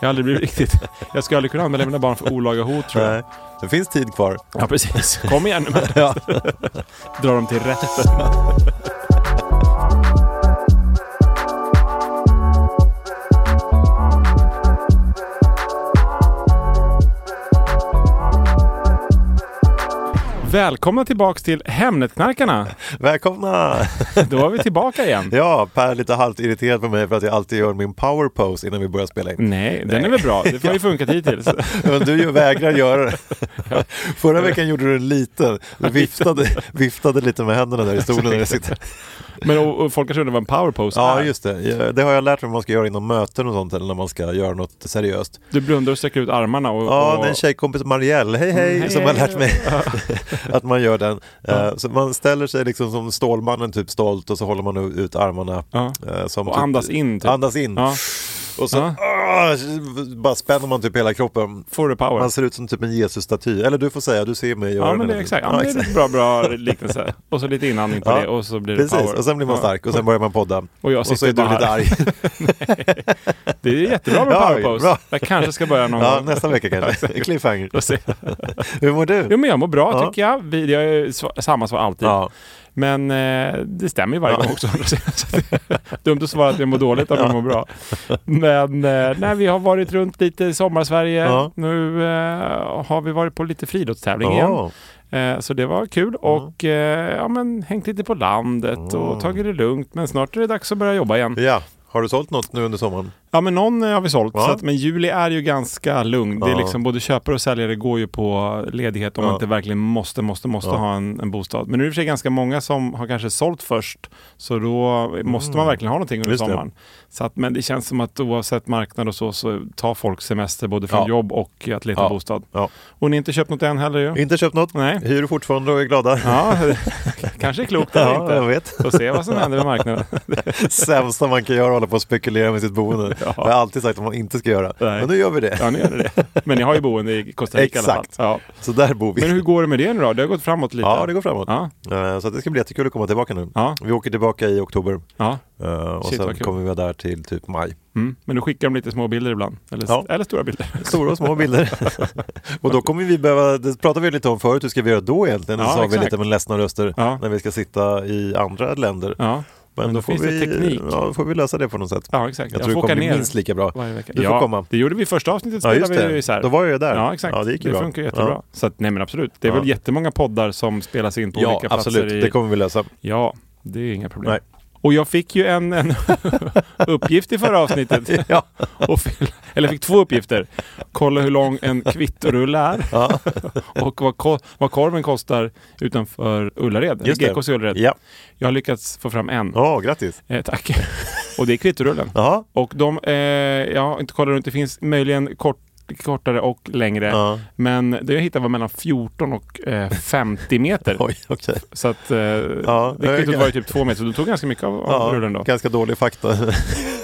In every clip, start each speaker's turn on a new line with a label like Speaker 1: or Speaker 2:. Speaker 1: Jag har aldrig blivit riktigt... Jag ska aldrig kunna anmäla mina barn för olaga hot tror jag.
Speaker 2: Nej, det finns tid kvar.
Speaker 1: Ja, precis. Kom igen nu med
Speaker 2: Ja.
Speaker 1: Dra dem till rätten. Välkomna tillbaks till Hemnetknarkarna.
Speaker 2: Välkomna!
Speaker 1: Då är vi tillbaka igen.
Speaker 2: Ja, Per är lite halvt irriterad på mig för att jag alltid gör min power pose innan vi börjar spela in.
Speaker 1: Nej, den är väl bra. Det har ju funkat hittills.
Speaker 2: Men du ju vägrar göra det. Förra veckan gjorde du en liten. Du viftade, viftade lite med händerna där i stolen när jag sitter.
Speaker 1: Men och, och folk kanske undrar vad en powerpose
Speaker 2: Ja,
Speaker 1: är.
Speaker 2: just det. Ja, Det har jag lärt mig vad man ska göra inom möten och sånt eller när man ska göra något seriöst.
Speaker 1: Du blundar och sträcker ut armarna och...
Speaker 2: Ja,
Speaker 1: och...
Speaker 2: det är en tjejkompis, Marielle, hej hej,
Speaker 1: Mm, hej,
Speaker 2: som
Speaker 1: hej.
Speaker 2: har lärt mig att man gör den. Eh, Så man ställer sig liksom som Stålmannen, typ stolt, och så håller man u- ut armarna.
Speaker 1: Ja.
Speaker 2: eh, Som
Speaker 1: Och andas in, typ.
Speaker 2: Andas in.
Speaker 1: Ja.
Speaker 2: Och så
Speaker 1: Ja.
Speaker 2: ah, bara spänner man typ hela kroppen.
Speaker 1: Får du power?
Speaker 2: Man ser ut som typ en Jesusstaty. Eller du får säga, du ser mig göra
Speaker 1: Ja, men
Speaker 2: den.
Speaker 1: det är exakt. Ja, men det är en bra, bra liknelse. Och så lite inandning på
Speaker 2: Ja,
Speaker 1: det och så blir det
Speaker 2: Precis,
Speaker 1: power.
Speaker 2: och sen blir man
Speaker 1: Ja.
Speaker 2: stark och sen börjar man podda.
Speaker 1: Och jag
Speaker 2: och så
Speaker 1: sitter
Speaker 2: är du
Speaker 1: bara
Speaker 2: lite
Speaker 1: här.
Speaker 2: arg.
Speaker 1: Det är jättebra med
Speaker 2: Ja,
Speaker 1: power pose.
Speaker 2: bra.
Speaker 1: Jag kanske ska börja någon
Speaker 2: Ja,
Speaker 1: gång.
Speaker 2: nästa vecka kanske. Cliffhanger.
Speaker 1: Och se.
Speaker 2: Hur mår du?
Speaker 1: Jo, men jag mår bra
Speaker 2: Ja.
Speaker 1: tycker jag. Vi, jag är sva- samma svar alltid.
Speaker 2: Ja.
Speaker 1: Men eh, det stämmer ju varje
Speaker 2: Ja.
Speaker 1: gång också. Så det är Dumt att svara att jag mår dåligt om jag mår bra. Men eh, nej, vi har varit runt lite i sommarsverige.
Speaker 2: Ja.
Speaker 1: Nu eh, har vi varit på lite friidrottstävling igen.
Speaker 2: Åh,
Speaker 1: Eh, så det var kul
Speaker 2: Mm.
Speaker 1: och eh, ja, men, hängt lite på landet och tagit det lugnt. Men snart är det dags att börja jobba igen.
Speaker 2: Ja, har du sålt något nu under sommaren?
Speaker 1: Ja men någon eh, har vi sålt,
Speaker 2: Ja.
Speaker 1: så att, men juli är ju ganska lugn. Det är
Speaker 2: Ja.
Speaker 1: liksom både köpare och säljare går ju på ledighet om
Speaker 2: Ja.
Speaker 1: man inte verkligen måste, måste, måste
Speaker 2: Ja.
Speaker 1: ha en, en bostad. Men nu är det i och för sig ganska många som har kanske sålt först, så då måste man verkligen ha någonting under
Speaker 2: Mm. Just det.
Speaker 1: sommaren. Så att, men det känns som att oavsett marknad och så, så tar folk semester både från
Speaker 2: Ja.
Speaker 1: jobb och att leta
Speaker 2: Ja.
Speaker 1: bostad.
Speaker 2: Ja.
Speaker 1: Och ni har inte köpt något än heller ju?
Speaker 2: Inte köpt något?
Speaker 1: Nej.
Speaker 2: Hyr fortfarande och är glada?
Speaker 1: Ja, kanske är klokt eller
Speaker 2: Ja,
Speaker 1: inte.
Speaker 2: jag vet.
Speaker 1: Får se vad som händer med marknaden.
Speaker 2: Sämsta man kan göra är att hålla på och spekulera med sitt boende.
Speaker 1: Ja.
Speaker 2: Jag har alltid sagt att man inte ska göra.
Speaker 1: Nej.
Speaker 2: Men nu gör vi det.
Speaker 1: Ja, nu gör det det. Men ni har ju boende i Costa Rica i alla fall.
Speaker 2: Exakt.
Speaker 1: Ja.
Speaker 2: Så där bor vi.
Speaker 1: Men hur går det med det nu då? Det har gått framåt lite.
Speaker 2: Ja, det går framåt.
Speaker 1: Ja,
Speaker 2: Eh, Så att det ska bli jättekul att komma tillbaka nu.
Speaker 1: Ja.
Speaker 2: Vi åker tillbaka i oktober
Speaker 1: ja.
Speaker 2: eh, och
Speaker 1: Shit,
Speaker 2: sen
Speaker 1: vad kul.
Speaker 2: kommer vi vara där till typ maj.
Speaker 1: Mm. Men du skickar de lite små bilder ibland? Eller,
Speaker 2: Ja.
Speaker 1: eller stora bilder?
Speaker 2: Stora och små bilder. och då kommer vi behöva, det pratade vi lite om förut, hur ska vi göra då egentligen?
Speaker 1: Ja,
Speaker 2: så sa vi
Speaker 1: exakt.
Speaker 2: lite med ledsna röster
Speaker 1: Ja.
Speaker 2: när vi ska sitta i andra länder.
Speaker 1: Ja,
Speaker 2: Men,
Speaker 1: Men
Speaker 2: då,
Speaker 1: då
Speaker 2: får
Speaker 1: finns det
Speaker 2: vi,
Speaker 1: teknik.
Speaker 2: Ja, då får vi lösa det på något sätt.
Speaker 1: ja exakt.
Speaker 2: Jag tror det
Speaker 1: får åka
Speaker 2: kommer bli
Speaker 1: ner
Speaker 2: minst lika bra.
Speaker 1: varje vecka.
Speaker 2: Du får
Speaker 1: ja,
Speaker 2: komma.
Speaker 1: Det gjorde vi i första avsnittet.
Speaker 2: Ja, just
Speaker 1: spelade vi ju
Speaker 2: det.
Speaker 1: isär.
Speaker 2: Då var jag ju där.
Speaker 1: Ja, exakt.
Speaker 2: Ja, det
Speaker 1: det
Speaker 2: gick ju bra.
Speaker 1: funkar jättebra.
Speaker 2: Ja.
Speaker 1: Så att, nej men absolut. Det är
Speaker 2: Ja.
Speaker 1: väl jättemånga poddar som spelas in på
Speaker 2: Ja,
Speaker 1: olika platser.
Speaker 2: absolut.
Speaker 1: i-
Speaker 2: Det kommer vi lösa.
Speaker 1: Ja, det är inga problem.
Speaker 2: Nej.
Speaker 1: Och jag fick ju en, en uppgift i förra avsnittet.
Speaker 2: Ja.
Speaker 1: Och fyll- eller fick två uppgifter. Kolla hur lång en kvittorulle är och vad, ko- vad korven kostar utanför Ullared.
Speaker 2: Just det.
Speaker 1: GKs i Ullared.
Speaker 2: Ja,
Speaker 1: Jag har lyckats få fram en.
Speaker 2: ja grattis.
Speaker 1: Eh, tack. Och det är kvittorullen.
Speaker 2: Jaha.
Speaker 1: Och de, eh, jag har inte kollat runt, det finns möjligen kort, kortare och längre.
Speaker 2: Ja.
Speaker 1: Men det jag hittade var mellan 14 och eh, 50 meter.
Speaker 2: Oj, okej.
Speaker 1: Så att eh,
Speaker 2: Ja,
Speaker 1: det
Speaker 2: jag-
Speaker 1: kvittot var ju typ två meter, så du tog ganska mycket av, av
Speaker 2: Ja,
Speaker 1: rullen då.
Speaker 2: Ganska dålig fakta.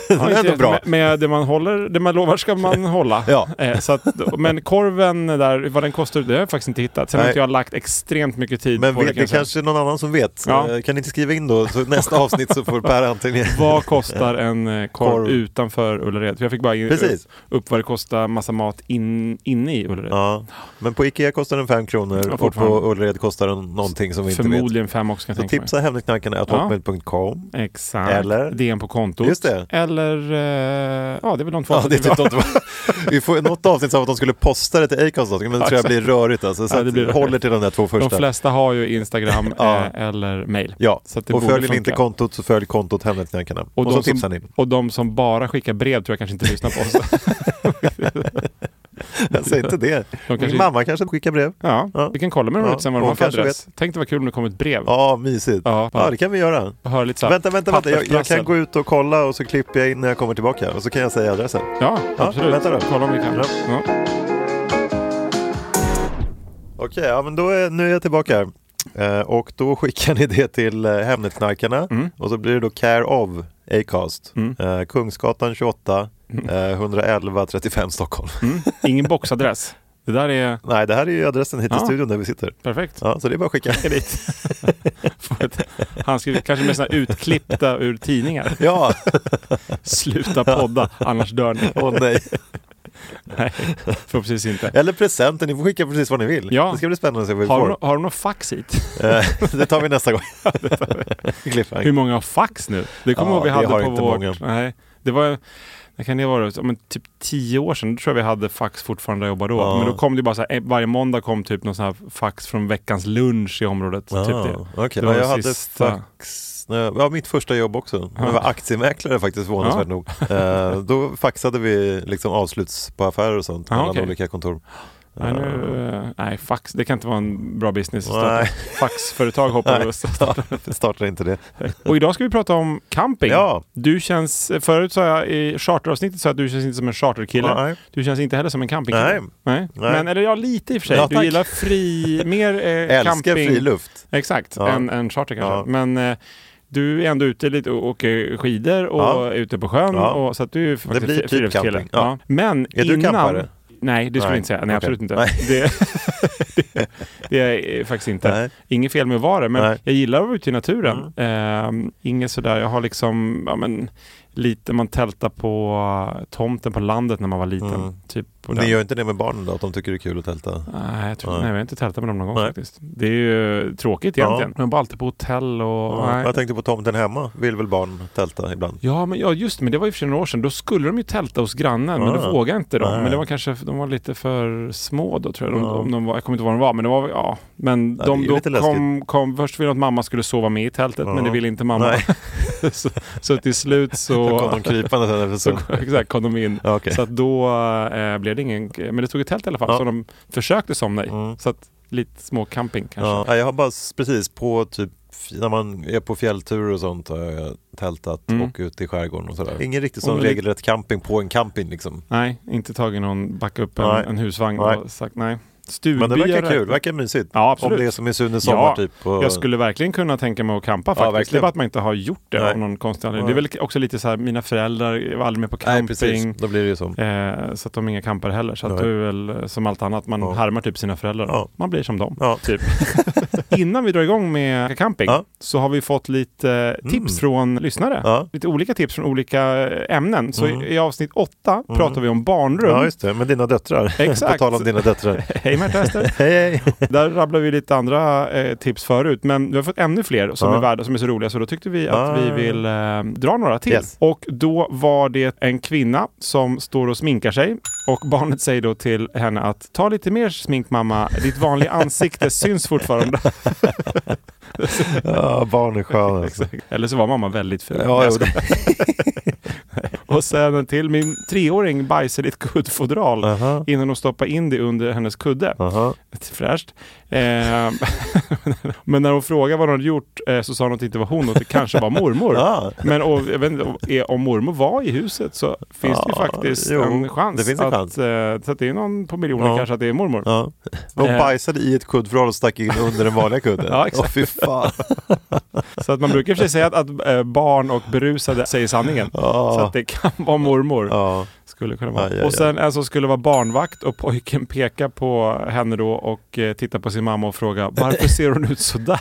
Speaker 2: det var ändå bra.
Speaker 1: Med, med det man håller, det man lovar ska man hålla.
Speaker 2: Ja.
Speaker 1: Eh, så att, men korven där, vad den kostar, det har jag faktiskt inte hittat. Sen har
Speaker 2: Nej.
Speaker 1: inte jag lagt extremt mycket tid
Speaker 2: Men
Speaker 1: på
Speaker 2: vi,
Speaker 1: det. kan
Speaker 2: det
Speaker 1: jag säga.
Speaker 2: kanske är någon annan som vet.
Speaker 1: Ja.
Speaker 2: Eh, Kan ni inte skriva in då? Så nästa avsnitt så får Per anteckningar.
Speaker 1: Vad kostar en eh, korv,
Speaker 2: Korv.
Speaker 1: utanför Ullared? För jag fick bara in,
Speaker 2: Precis.
Speaker 1: upp vad det kostar massa mat in, inne i Ullared.
Speaker 2: Ja. Men på Ikea kostar den 5 kronor
Speaker 1: Ja,
Speaker 2: och på
Speaker 1: fortfarande.
Speaker 2: Ullared kostar den någonting som vi inte vet.
Speaker 1: Förmodligen fem också kan
Speaker 2: Så
Speaker 1: jag tänka mig.
Speaker 2: tipsa hemligknarkarna.hotmail.com.
Speaker 1: Exakt.
Speaker 2: Eller?
Speaker 1: DN på kontot.
Speaker 2: Just det.
Speaker 1: Eller, eh, ja det är väl de två
Speaker 2: Ja, det är
Speaker 1: alternativen.
Speaker 2: typ de, vi får något avsnitt som att de skulle posta det till Acast, men det tror jag blir rörigt. Alltså, så
Speaker 1: Ja, det blir
Speaker 2: att håller till de där två
Speaker 1: De
Speaker 2: första.
Speaker 1: flesta har ju Instagram
Speaker 2: Ja.
Speaker 1: eh, eller mail.
Speaker 2: Ja,
Speaker 1: Så att det
Speaker 2: och
Speaker 1: borde
Speaker 2: följer ni
Speaker 1: funka.
Speaker 2: inte kontot så följ kontot Hemligknarkarna. Och,
Speaker 1: de
Speaker 2: så
Speaker 1: som-
Speaker 2: tipsar ni.
Speaker 1: Och de som bara skickar brev tror jag kanske inte lyssnar på oss.
Speaker 2: Jag säger inte det.
Speaker 1: De
Speaker 2: Min
Speaker 1: kanske-
Speaker 2: mamma kanske skickar brev.
Speaker 1: Ja,
Speaker 2: Ja.
Speaker 1: vi kan kolla med dem
Speaker 2: Ja,
Speaker 1: sen vad de
Speaker 2: hon
Speaker 1: har för
Speaker 2: kanske
Speaker 1: adress. Tänk det var kul om det kom ett brev.
Speaker 2: Ja, mysigt.
Speaker 1: Ja,
Speaker 2: Ja, det kan vi göra.
Speaker 1: och hör lite så här,
Speaker 2: Vänta, vänta, vänta. Jag, jag
Speaker 1: pappersprassel.
Speaker 2: kan gå ut och kolla och så klipper jag in när jag kommer tillbaka och så kan jag säga adressen.
Speaker 1: Ja,
Speaker 2: Ja,
Speaker 1: absolut.
Speaker 2: vänta då.
Speaker 1: Kolla om vi kan.
Speaker 2: Ja.
Speaker 1: Ja.
Speaker 2: Okej, ja, men då är, nu är jag tillbaka. Eh, och då skickar ni det till eh, Hemnetknarkarna
Speaker 1: Mm.
Speaker 2: och så blir det då Care of Acast. Eh, Kungsgatan 28,
Speaker 1: Mm.
Speaker 2: eh, 111 35 Stockholm.
Speaker 1: Ingen boxadress. Det där är
Speaker 2: Nej, det här är ju adressen hit till
Speaker 1: Ja.
Speaker 2: studion där vi sitter.
Speaker 1: perfekt.
Speaker 2: Ja, så det är bara att skicka.
Speaker 1: Skicka dit. Få ett handskrivet, kanske med såna här utklippta ur tidningar.
Speaker 2: Ja,
Speaker 1: Sluta podda, annars dör ni.
Speaker 2: åh nej.
Speaker 1: Nej, förhoppningsvis inte.
Speaker 2: Eller presenten, ni får skicka precis vad ni vill.
Speaker 1: Ja.
Speaker 2: Det ska bli spännande att se vad vi
Speaker 1: Har
Speaker 2: får.
Speaker 1: de, har de något fax hit?
Speaker 2: Eh, det tar vi nästa gång. Cliffhanger.
Speaker 1: Hur många har fax nu? Det kommer
Speaker 2: Ja,
Speaker 1: jag ihåg vi hade
Speaker 2: vi har
Speaker 1: på
Speaker 2: inte
Speaker 1: vårt...
Speaker 2: många.
Speaker 1: Nej, det var... När kan det vara? Ja, Men typ tio år sedan, då tror jag vi hade fax fortfarande där jag jobbade då.
Speaker 2: Ja.
Speaker 1: Men då kom det bara så här, eh, varje måndag kom typ någon sån här fax från veckans lunch i området.
Speaker 2: Ah,
Speaker 1: Typ det.
Speaker 2: okej.
Speaker 1: Det var
Speaker 2: ja, jag
Speaker 1: den
Speaker 2: hade
Speaker 1: sista.
Speaker 2: fax, nej, ja, mitt första jobb också.
Speaker 1: Ja.
Speaker 2: Jag var aktiemäklare faktiskt, förvånansvärt
Speaker 1: Ja.
Speaker 2: nog. Eh, då faxade vi liksom avsluts på affärer och sånt
Speaker 1: Ja,
Speaker 2: mellan
Speaker 1: Ah, okej.
Speaker 2: olika kontor.
Speaker 1: Nej, nu, eh, nej, fax, det kan inte vara en bra business. att
Speaker 2: Nej.
Speaker 1: starta. Faxföretag hoppar vi
Speaker 2: Nej.
Speaker 1: och startar.
Speaker 2: Jag startade inte det.
Speaker 1: Och idag ska vi prata om camping.
Speaker 2: Ja.
Speaker 1: Du känns, förut sa jag i charteravsnittet så att du känns inte som en charterkille.
Speaker 2: Nej.
Speaker 1: Du känns inte heller som en campingkille.
Speaker 2: Nej.
Speaker 1: Nej.
Speaker 2: Nej.
Speaker 1: Men, eller ja, lite i och för sig.
Speaker 2: Ja,
Speaker 1: du
Speaker 2: tack.
Speaker 1: gillar fri, mer eh,
Speaker 2: Älskar
Speaker 1: camping.
Speaker 2: friluft.
Speaker 1: Exakt,
Speaker 2: Ja.
Speaker 1: än, än charter kanske.
Speaker 2: Ja.
Speaker 1: Men eh, du är ändå ute lite och åker skidor och
Speaker 2: Ja.
Speaker 1: är ute på sjön.
Speaker 2: Ja.
Speaker 1: Och, så att du är faktiskt
Speaker 2: blir
Speaker 1: fri-
Speaker 2: typ
Speaker 1: friluftskille.
Speaker 2: camping, ja.
Speaker 1: Men
Speaker 2: Är du
Speaker 1: innan...
Speaker 2: campare?
Speaker 1: Nej, det skulle
Speaker 2: Nej.
Speaker 1: jag inte säga. Nej,
Speaker 2: Okej.
Speaker 1: absolut inte.
Speaker 2: Nej.
Speaker 1: Det, det, det är eh, faktiskt inte.
Speaker 2: Nej.
Speaker 1: Inget fel med att vara det, men
Speaker 2: Nej. Mm.
Speaker 1: jag gillar att vara ute i naturen. Eh, inget sådär, jag har liksom, ja men lite, man tältar på eh, tomten på landet när man var liten.
Speaker 2: Mm.
Speaker 1: Typ på
Speaker 2: Ni
Speaker 1: den.
Speaker 2: gör inte det med barnen då, att de tycker det är kul att tälta?
Speaker 1: Nej, jag tror,
Speaker 2: Nej.
Speaker 1: nej, vi har inte tältat med dem någon gång
Speaker 2: Nej.
Speaker 1: faktiskt. Det är ju eh, tråkigt
Speaker 2: Ja.
Speaker 1: egentligen. Men bara alltid på hotell och...
Speaker 2: Ja.
Speaker 1: nej.
Speaker 2: Jag tänkte på tomten hemma, vill väl barn tälta ibland?
Speaker 1: Ja, men ja, just det, men det var ju för sig några år sedan. Då skulle de ju tälta hos grannen, men
Speaker 2: Ah.
Speaker 1: då vågade inte de.
Speaker 2: Nej.
Speaker 1: Men det var kanske, de var lite för små då tror jag. De,
Speaker 2: Ja.
Speaker 1: om de var, jag kommer inte ihåg vad de var, men det var, ja. Men
Speaker 2: det är
Speaker 1: de
Speaker 2: ju
Speaker 1: då
Speaker 2: lite läskigt.
Speaker 1: kom, kom, först ville de att mamma skulle sova med i tältet, men det
Speaker 2: Ja.
Speaker 1: ville inte mamma.
Speaker 2: Nej.
Speaker 1: så, så till slut
Speaker 2: Då
Speaker 1: så...
Speaker 2: kom de krypande sen efter
Speaker 1: så
Speaker 2: så.
Speaker 1: exakt, kom de in.
Speaker 2: Ja, okej.
Speaker 1: Så att då eh, blev det ingen... Men det stod ett tält i alla fall,
Speaker 2: Ja.
Speaker 1: så de försökte somna i.
Speaker 2: Mm.
Speaker 1: Så att lite små camping kanske.
Speaker 2: Ja, nej, jag har bara s- precis på typ f- när man är på fjällturer och sånt har jag tältat
Speaker 1: Mm.
Speaker 2: och ute i skärgården och sådär. Ingen riktigt
Speaker 1: Och
Speaker 2: sån
Speaker 1: lite-
Speaker 2: regelrätt camping på en camping liksom.
Speaker 1: Nej, inte tagit någon, backa upp en,
Speaker 2: Nej.
Speaker 1: en husvagn
Speaker 2: Nej.
Speaker 1: och sagt nej. Stugbyar
Speaker 2: Men det verkar
Speaker 1: räknas-
Speaker 2: kul, verkar mysigt.
Speaker 1: Ja,
Speaker 2: Om
Speaker 1: absolut.
Speaker 2: det är som i Sunes sommar
Speaker 1: Ja,
Speaker 2: typ. Och...
Speaker 1: Jag skulle verkligen kunna tänka mig att campa faktiskt. det är
Speaker 2: verkligen.
Speaker 1: bara att man inte har gjort det
Speaker 2: Nej.
Speaker 1: av någon konstig anledning.
Speaker 2: Nej.
Speaker 1: Det är väl också lite så här, mina föräldrar var aldrig med på
Speaker 2: Nej,
Speaker 1: camping.
Speaker 2: precis. Då blir det ju så.
Speaker 1: eh, så att de är inga campare heller. Så att
Speaker 2: Nej.
Speaker 1: det är väl eh, som allt annat, man
Speaker 2: Ja.
Speaker 1: härmar typ sina föräldrar.
Speaker 2: Ja.
Speaker 1: Man blir som dem.
Speaker 2: Ja.
Speaker 1: Typ. Innan vi drar igång med camping
Speaker 2: Ja. Mm.
Speaker 1: så har vi fått lite eh, tips från lyssnare.
Speaker 2: Ja.
Speaker 1: Lite olika tips från olika eh, ämnen. Så
Speaker 2: Mm.
Speaker 1: i, i avsnitt åtta pratar vi om barnrum.
Speaker 2: ja, just det. Men dina döttrar.
Speaker 1: Exakt.
Speaker 2: på tal om dina döttrar.
Speaker 1: Hej Märta Ester!
Speaker 2: Hej, hej.
Speaker 1: Där rabblade vi lite andra eh, tips förut, men vi har fått ännu fler som,
Speaker 2: Ja.
Speaker 1: är, värda, som är så roliga, så då tyckte vi att
Speaker 2: Ah.
Speaker 1: vi vill eh, dra några till.
Speaker 2: Yes.
Speaker 1: Och då var det en kvinna som står och sminkar sig och barnet säger då till henne att ta lite mer smink mamma, ditt vanliga ansikte syns fortfarande.
Speaker 2: Ja, barn är sköna. Alltså.
Speaker 1: Eller så var mamma väldigt ful.
Speaker 2: Ja, jo, det-
Speaker 1: Och sen en till. Min treåring bajsade i ett kuddfodral
Speaker 2: Aha.
Speaker 1: innan de stoppade in det under hennes kudde.
Speaker 2: Aha.
Speaker 1: Lite fräscht. Eh, men när hon frågade vad hon hade gjort eh, så sa hon att det inte var hon och att det kanske var mormor.
Speaker 2: Ja.
Speaker 1: Men och, jag vet inte, om- är- om mormor var i huset så finns det
Speaker 2: Ja,
Speaker 1: ju faktiskt
Speaker 2: jo,
Speaker 1: en chans.
Speaker 2: det finns en
Speaker 1: att,
Speaker 2: chans.
Speaker 1: eh, så att det är någon på miljonen
Speaker 2: Ja.
Speaker 1: kanske att det är mormor.
Speaker 2: Ja. Hon
Speaker 1: Eh.
Speaker 2: bajsade i ett kuddfodral och stack in under den vanliga kudden.
Speaker 1: Ja, exakt.
Speaker 2: Åh, fy fan.
Speaker 1: Så att man brukar i och för sig säga att, att eh, barn och berusade säger sanningen. Så att det kan vara mormor.
Speaker 2: Ja.
Speaker 1: Skulle kunna vara.
Speaker 2: Aj, aj, aj.
Speaker 1: Och sen en som skulle vara barnvakt och pojken pekar på henne då och eh, tittar på sin mamma och frågar varför ser hon ut sådär?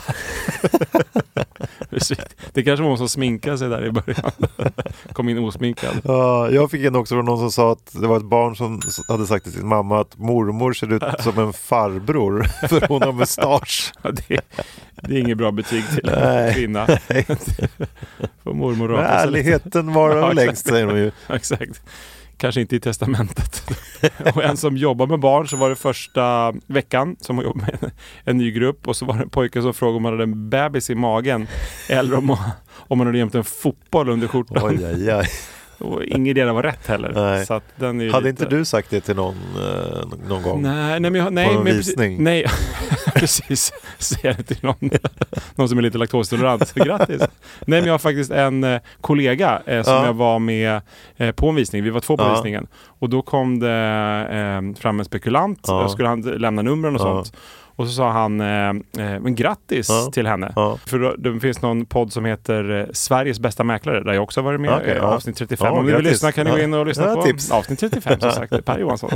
Speaker 1: det kanske var hon som sminkade sig där i början. Kom in osminkad.
Speaker 2: Ja, jag fick en också från någon som sa att det var ett barn som hade sagt till sin mamma att mormor ser ut som en farbror för hon har mustasch.
Speaker 1: Ja, det, det är inget bra betyg till en
Speaker 2: Nej.
Speaker 1: kvinna.
Speaker 2: Nej.
Speaker 1: Får mormor
Speaker 2: Men
Speaker 1: rapa sig lite.
Speaker 2: ärligheten varar
Speaker 1: Ja, exakt.
Speaker 2: längst säger hon ju.
Speaker 1: Exakt. Kanske inte i testamentet. och en som jobbar med barn så var det första veckan som hon jobbade med en, en ny grupp och så var det en pojke som frågade om man hade en bebis i magen eller om, om man hade gömt en fotboll under skjortan.
Speaker 2: Oj, aj, aj.
Speaker 1: Och ingen del var rätt heller.
Speaker 2: Nej.
Speaker 1: Så att den är ju
Speaker 2: Hade
Speaker 1: lite...
Speaker 2: inte du sagt det till någon eh, någon gång?
Speaker 1: Nej, nej, men jag, nej,
Speaker 2: någon
Speaker 1: men
Speaker 2: visning?
Speaker 1: Precis, nej, precis. Säga det till någon, någon som är lite laktosintolerant. Grattis! Nej, men jag har faktiskt en eh, kollega eh, som
Speaker 2: Ja.
Speaker 1: jag var med eh, på en visning. Vi var två på
Speaker 2: Ja.
Speaker 1: visningen. Och då kom det eh, fram en spekulant.
Speaker 2: Ja.
Speaker 1: Jag skulle han lämna numren och
Speaker 2: Ja.
Speaker 1: sånt. Och så sa han, eh, eh, men grattis
Speaker 2: Ja.
Speaker 1: till henne.
Speaker 2: Ja.
Speaker 1: För då, det finns någon podd som heter eh, Sveriges bästa mäklare, där jag också har varit med.
Speaker 2: Okej,
Speaker 1: eh,
Speaker 2: ja.
Speaker 1: Avsnitt 35.
Speaker 2: Ja,
Speaker 1: Om ni vill
Speaker 2: grattis.
Speaker 1: lyssna kan ni gå
Speaker 2: Ja.
Speaker 1: in och lyssna
Speaker 2: Ja,
Speaker 1: på
Speaker 2: tips.
Speaker 1: avsnitt 35 som sagt. Per Johansson.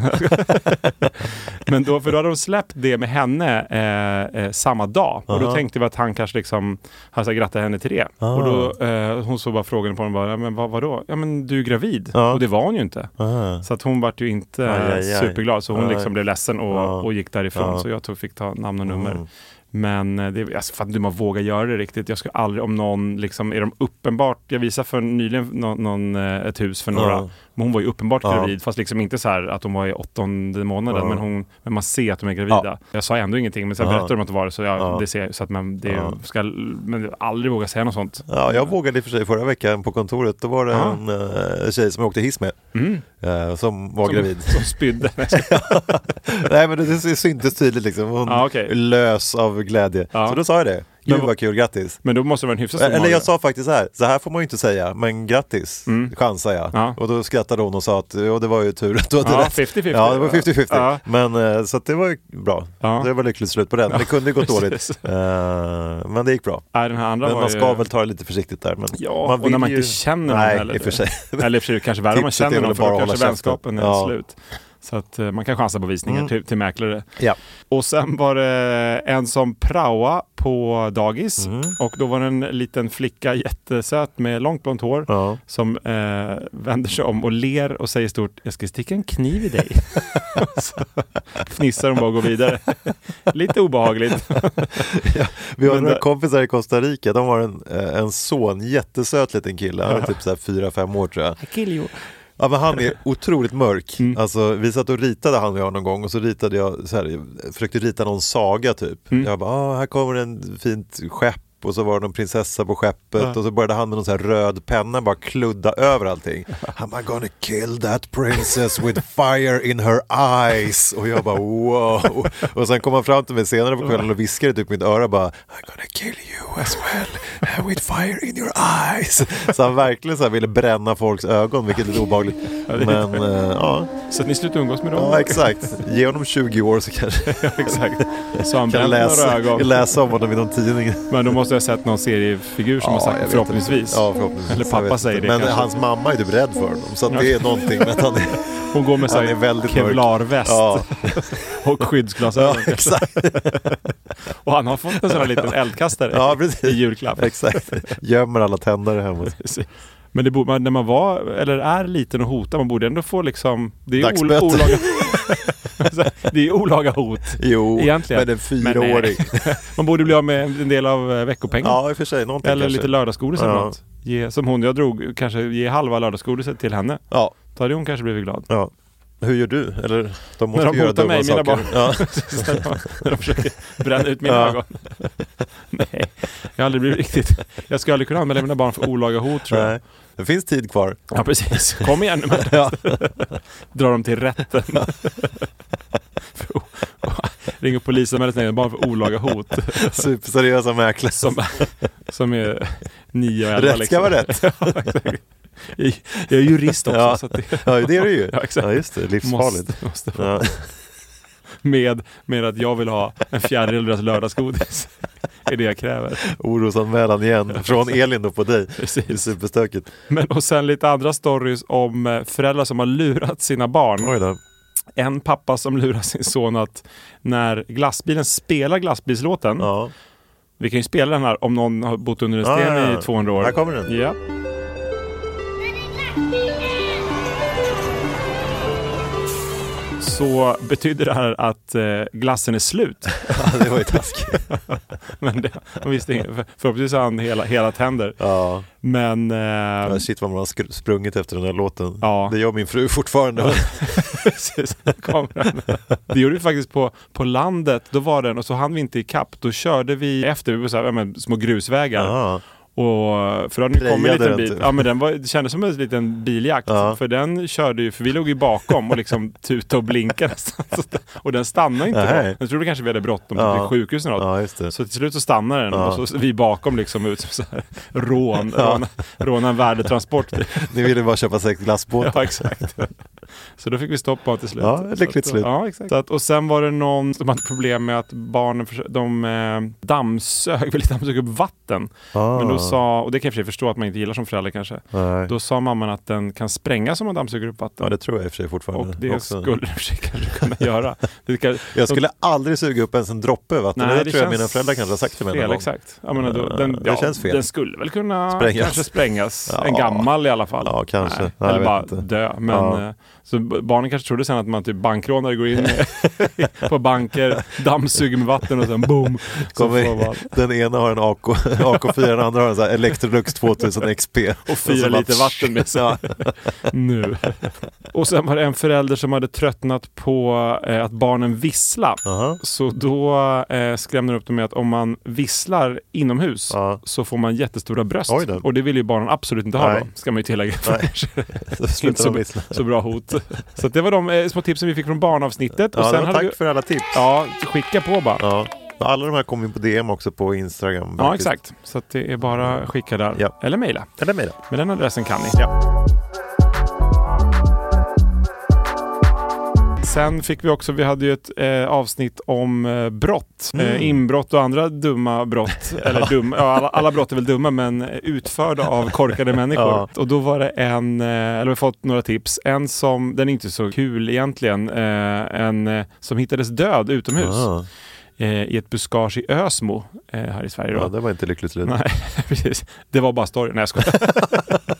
Speaker 1: Men då, för då hade de släppt det med henne eh, eh, samma dag. Och då
Speaker 2: Aha.
Speaker 1: tänkte vi att han kanske liksom, han ska gratta henne till det.
Speaker 2: Ah.
Speaker 1: Och då, eh, hon såg bara frågan på honom, bara, "Ja, men vad, vadå? Ja men du är gravid.
Speaker 2: Ja.
Speaker 1: Och det var hon ju inte.
Speaker 2: Ah.
Speaker 1: Så att hon vart ju inte
Speaker 2: Aj, aj, aj.
Speaker 1: superglad, så hon
Speaker 2: Nej.
Speaker 1: liksom blev ledsen och,
Speaker 2: Ja.
Speaker 1: och gick därifrån.
Speaker 2: Ja. Mm.
Speaker 1: Så jag tog, fick ta namn och nummer. Men eh, det, alltså, fan, du, man vågar göra det riktigt. Jag skulle aldrig, om någon, liksom, är de uppenbart, jag visade för nyligen någon, någon, eh, ett hus för några,
Speaker 2: Ja.
Speaker 1: men hon var ju uppenbart
Speaker 2: Ja.
Speaker 1: gravid, fast liksom inte så här att hon var i åttonde månaden,
Speaker 2: Ja.
Speaker 1: men, hon, men man ser att de är gravida.
Speaker 2: Ja.
Speaker 1: Jag sa ändå ingenting, men sen
Speaker 2: Ja.
Speaker 1: berättade de att det var det, så, jag,
Speaker 2: Ja.
Speaker 1: det ser, jag, så att man, det
Speaker 2: Ja.
Speaker 1: ska, men aldrig våga säga något sånt.
Speaker 2: Ja, jag vågade i och för sig förra veckan på kontoret. Då var det
Speaker 1: Ja.
Speaker 2: en eh, tjej som jag åkte hiss med
Speaker 1: Mm.
Speaker 2: eh, som var
Speaker 1: Som-
Speaker 2: gravid.
Speaker 1: Som spydde.
Speaker 2: Nej men det, det syntes tydligt liksom. Hon
Speaker 1: Ja, okej.
Speaker 2: lös av glädje.
Speaker 1: Ja.
Speaker 2: Så då sa jag det. Gud
Speaker 1: Men-
Speaker 2: vad kul, grattis.
Speaker 1: men då måste det vara en hyfsat stor
Speaker 2: Eller
Speaker 1: mage.
Speaker 2: jag sa faktiskt så här, så här får man ju inte säga, men grattis chansar jag.
Speaker 1: Mm. Ja.
Speaker 2: Och då skrattade hon och sa att ja, det var ju tur att du hade
Speaker 1: Ja,
Speaker 2: rätt.
Speaker 1: 50-50.
Speaker 2: Ja, det var 50-50.
Speaker 1: Ja.
Speaker 2: Men, eh, så att det var ju bra.
Speaker 1: Ja.
Speaker 2: Det var lyckligt slut på den. Det kunde ju gått dåligt.
Speaker 1: precis.
Speaker 2: Eh, men det gick bra.
Speaker 1: Nej, den här andra
Speaker 2: Men
Speaker 1: var
Speaker 2: man ska
Speaker 1: ju...
Speaker 2: väl ta det lite försiktigt där. Men
Speaker 1: Ja,
Speaker 2: man
Speaker 1: och när
Speaker 2: vill
Speaker 1: man
Speaker 2: ju-
Speaker 1: inte känner någon
Speaker 2: Nej,
Speaker 1: heller.
Speaker 2: i och för sig.
Speaker 1: Eller i och för sig kanske värre om man
Speaker 2: Tipset är
Speaker 1: känner
Speaker 2: väl
Speaker 1: någon
Speaker 2: att
Speaker 1: för
Speaker 2: bara
Speaker 1: då
Speaker 2: hålla
Speaker 1: kanske
Speaker 2: käften.
Speaker 1: vänskapen är
Speaker 2: Ja.
Speaker 1: slut. Så att eh, man kan chansa på visningar
Speaker 2: Mm.
Speaker 1: till, till mäklare.
Speaker 2: Ja.
Speaker 1: Och sen var det en som praoa på dagis
Speaker 2: Mm.
Speaker 1: och då var det en liten flicka, jättesöt med långt blont hår
Speaker 2: Ja.
Speaker 1: som eh, vänder sig om och ler och säger stort jag ska sticka en kniv i dig. så fnissar hon bara och går vidare. Lite obehagligt.
Speaker 2: Vi har
Speaker 1: Men
Speaker 2: några
Speaker 1: det-
Speaker 2: kompisar i Costa Rica, de har en, eh, en son, jättesöt liten kille, han är typ så här 4-5 år tror jag. Ja, men han är otroligt mörk. Alltså, vi satt och ritade han och jag någon gång och så ritade jag, så här, jag försökte rita någon saga typ. Jag bara, ah, här kommer en fint skepp och så var det någon prinsessa på skeppet och så började han med någon så här röd penna bara kludda över allting. I'm gonna kill that princess with fire in her eyes. Och jag bara wow. Och sen kom han fram till mig senare på kvällen och viskade typ i mitt öra bara I'm gonna kill you as well eh, with fire in your eyes. Så han verkligen så här ville bränna folks ögon vilket är lite obehagligt. Men eh, ja,
Speaker 1: Så att ni slutar umgås med dem.
Speaker 2: ja exakt. Ge honom 20 år så kanske
Speaker 1: Exakt. Så han
Speaker 2: kan
Speaker 1: bränner några
Speaker 2: läsa,
Speaker 1: ögon.
Speaker 2: läsa om honom i någon tidning.
Speaker 1: Men då måste jag ha sett någon seriefigur som har
Speaker 2: jag
Speaker 1: sagt det,
Speaker 2: vet
Speaker 1: förhoppningsvis.
Speaker 2: inte. Ja, förhoppningsvis.
Speaker 1: Eller
Speaker 2: Jag
Speaker 1: pappa
Speaker 2: vet inte.
Speaker 1: säger det
Speaker 2: Men
Speaker 1: kanske.
Speaker 2: hans mamma är typ rädd för honom. Så att det är någonting med att han är...
Speaker 1: Hon går med så
Speaker 2: Han är
Speaker 1: här
Speaker 2: väldigt mörk.
Speaker 1: kevlarväst
Speaker 2: Ja,
Speaker 1: och
Speaker 2: ja
Speaker 1: skyddsglasögon.
Speaker 2: exakt.
Speaker 1: och han har fått en sån här liten eldkastare
Speaker 2: Ja,
Speaker 1: i
Speaker 2: precis.
Speaker 1: julklapp.
Speaker 2: Exakt. Gömmer alla tändare hemma.
Speaker 1: Men det borde, man- när man var, eller är liten och hotar, man borde ändå få liksom... Det är, ol,
Speaker 2: Dagsböter.
Speaker 1: olaga, det är olaga hot.
Speaker 2: Jo,
Speaker 1: Egentligen.
Speaker 2: men en
Speaker 1: Men nej.
Speaker 2: fyraåring.
Speaker 1: Man borde bli av med en del av eh, veckopengen.
Speaker 2: Ja, i och för sig. Någonting
Speaker 1: eller
Speaker 2: kanske.
Speaker 1: lite lördagsgodis eller
Speaker 2: Ja.
Speaker 1: något. Ge, som hon jag drog, kanske ge halva lördagsgodiset till henne.
Speaker 2: Ja,
Speaker 1: Då hade hon kanske blivit glad.
Speaker 2: ja. Hur gör du? Eller, de måste
Speaker 1: När de
Speaker 2: göra
Speaker 1: hotar
Speaker 2: dumma
Speaker 1: mig, mina
Speaker 2: saker.
Speaker 1: barn.
Speaker 2: Ja.
Speaker 1: När de- när de försöker bränna ut mina
Speaker 2: Ja.
Speaker 1: ögon. Nej, jag har aldrig blivit riktigt... Jag skulle aldrig kunna anmäla mina barn för olaga hot tror jag.
Speaker 2: Nej. Det finns tid kvar.
Speaker 1: Ja, precis. Kom igen nu men
Speaker 2: Ja.
Speaker 1: Dra dem till rätten. För o- Ringer polisanmälan barn för olaga hot.
Speaker 2: Superseriösa mäklare.
Speaker 1: Som, som är nio och elva. liksom.
Speaker 2: Rätt ska vara rätt.
Speaker 1: Ja, exakt. jag jag är jurist också.
Speaker 2: Ja.
Speaker 1: Så att det
Speaker 2: Ja, det är det ju.
Speaker 1: Ja, exakt.
Speaker 2: Ja, just det. Livsfarligt.
Speaker 1: måste, måste vara.
Speaker 2: Ja.
Speaker 1: Med, med att jag vill ha en fjärdedel av deras lördagsgodis. Det är det jag kräver.
Speaker 2: Orosanmälan igen. Från Elin då på dig. Det är
Speaker 1: Precis.
Speaker 2: superstökigt.
Speaker 1: Men, och sen lite andra stories om eh, föräldrar som har lurat sina barn.
Speaker 2: Oj då.
Speaker 1: En pappa som lurar sin son att när glassbilen spelar glassbilslåten,
Speaker 2: Ja.
Speaker 1: vi kan ju spela den här om någon har bott under en
Speaker 2: Ja,
Speaker 1: sten
Speaker 2: ja, ja.
Speaker 1: i 200 år.
Speaker 2: Här kommer den.
Speaker 1: Ja. Så betyder det här att eh, glassen är slut.
Speaker 2: Ja, det var ju taskigt.
Speaker 1: Men det, han visste inget. För, förhoppningsvis har han hela, hela tänder.
Speaker 2: Ja.
Speaker 1: Men...
Speaker 2: Ja,
Speaker 1: Eh,
Speaker 2: Shit vad man har skr- sprungit efter den här låten.
Speaker 1: Ja.
Speaker 2: Det gör min fru fortfarande.
Speaker 1: precis, kameran. Det gjorde vi faktiskt på, på landet. Då var den och så hann vi inte ikapp. Då körde vi efter, vi var så här, ja, men, små grusvägar.
Speaker 2: Ja.
Speaker 1: Och, för då hade ni kommit en
Speaker 2: Plejade
Speaker 1: liten
Speaker 2: den
Speaker 1: bit.
Speaker 2: typ.
Speaker 1: Ja, men den var, det kändes som en liten biljakt.
Speaker 2: Ja.
Speaker 1: För den körde ju, för vi låg ju bakom och liksom tutade och blinkade nästan. Så att- Och den stannade inte då.
Speaker 2: Nej.
Speaker 1: Jag trodde kanske vi hade bråttom
Speaker 2: Ja.
Speaker 1: till sjukhus eller något.
Speaker 2: ja, just det.
Speaker 1: Så till slut så stannar den
Speaker 2: Ja.
Speaker 1: och så vi bakom liksom ut som så här rån, råna, råna en värdetransport.
Speaker 2: Ni ville bara köpa sex glassbåtar.
Speaker 1: Ja, exakt. Så då fick vi stopp på honom till slut.
Speaker 2: Ja, ett lyckligt
Speaker 1: så att,
Speaker 2: slut.
Speaker 1: Ja, exakt. Så att, och sen var det någon som hade problem med att barnen försö- de, eh, dammsög, ville dammsuga upp vatten.
Speaker 2: Ah.
Speaker 1: Men då sa, och det kan jag i och för sig förstå att man inte gillar som förälder kanske.
Speaker 2: Nej.
Speaker 1: Då sa mamman att den kan sprängas om man dammsuger upp vatten.
Speaker 2: Ja, det tror jag i och för sig fortfarande.
Speaker 1: och det
Speaker 2: också.
Speaker 1: skulle den i och för sig kanske kunna göra. Det kan,
Speaker 2: Jag skulle aldrig suga upp ens en droppe vatten. det tror jag
Speaker 1: känns
Speaker 2: mina föräldrar kanske har sagt till mig någon
Speaker 1: fel,
Speaker 2: gång.
Speaker 1: exakt. Jag menar, då,
Speaker 2: Ja,
Speaker 1: den,
Speaker 2: det
Speaker 1: ja,
Speaker 2: känns fel.
Speaker 1: Den skulle väl kunna
Speaker 2: Sprängas.
Speaker 1: kanske sprängas.
Speaker 2: Ja.
Speaker 1: En gammal i alla fall.
Speaker 2: Ja, kanske.
Speaker 1: Nej,
Speaker 2: Nej, jag
Speaker 1: eller
Speaker 2: vet
Speaker 1: bara
Speaker 2: inte.
Speaker 1: dö. Men,
Speaker 2: Ja.
Speaker 1: eh, Så b- barnen kanske trodde sen att man typ bankrånare går in på banker, dammsuger med vatten och sen boom. Så
Speaker 2: Kommer-
Speaker 1: får man,
Speaker 2: Den ena har en AK, AK4, den andra har en sån här Electrolux 2000 XP.
Speaker 1: och fyra
Speaker 2: så bara-
Speaker 1: liter vatten med sig.
Speaker 2: Ja.
Speaker 1: nu. Och sen var det en förälder som hade tröttnat på eh, att barnen vissla.
Speaker 2: Aha.
Speaker 1: Så då eh, skrämde de upp dem med att om man visslar inomhus
Speaker 2: Ja.
Speaker 1: så får man jättestora bröst.
Speaker 2: Oj då.
Speaker 1: Och det vill ju barnen absolut inte ha
Speaker 2: Nej.
Speaker 1: då, ska man ju tillägga.
Speaker 2: Så
Speaker 1: Inte
Speaker 2: slutar
Speaker 1: så,
Speaker 2: de vissla.
Speaker 1: så bra hot. Så att det var de eh, små tipsen vi fick från barnavsnittet.
Speaker 2: Ja, men tack
Speaker 1: vi,
Speaker 2: för alla tips.
Speaker 1: Ja, skicka på bara.
Speaker 2: Ja. Alla de här kommer in på DM också på Instagram.
Speaker 1: Ja,
Speaker 2: faktiskt.
Speaker 1: exakt. Så att det är bara att skicka där.
Speaker 2: Ja.
Speaker 1: Eller mejla.
Speaker 2: Eller mejla.
Speaker 1: Men den adressen kan ni. Sen fick vi också, vi hade ju ett eh, avsnitt om eh, brott.
Speaker 2: Mm.
Speaker 1: Eh, inbrott och andra dumma brott. Eller dum, ja, alla, alla brott är väl dumma men eh, utförda av korkade människor.
Speaker 2: Ja.
Speaker 1: Och då var det en, eh, eller vi har fått några tips. En som, den är inte så kul egentligen, eh, en eh, som hittades död utomhus
Speaker 2: Ja.
Speaker 1: eh, i ett buskage i Ösmo eh, här i Sverige. Då.
Speaker 2: ja, det var inte lyckligt slut.
Speaker 1: Nej, precis. Det var bara storyn. Nej, jag skojar.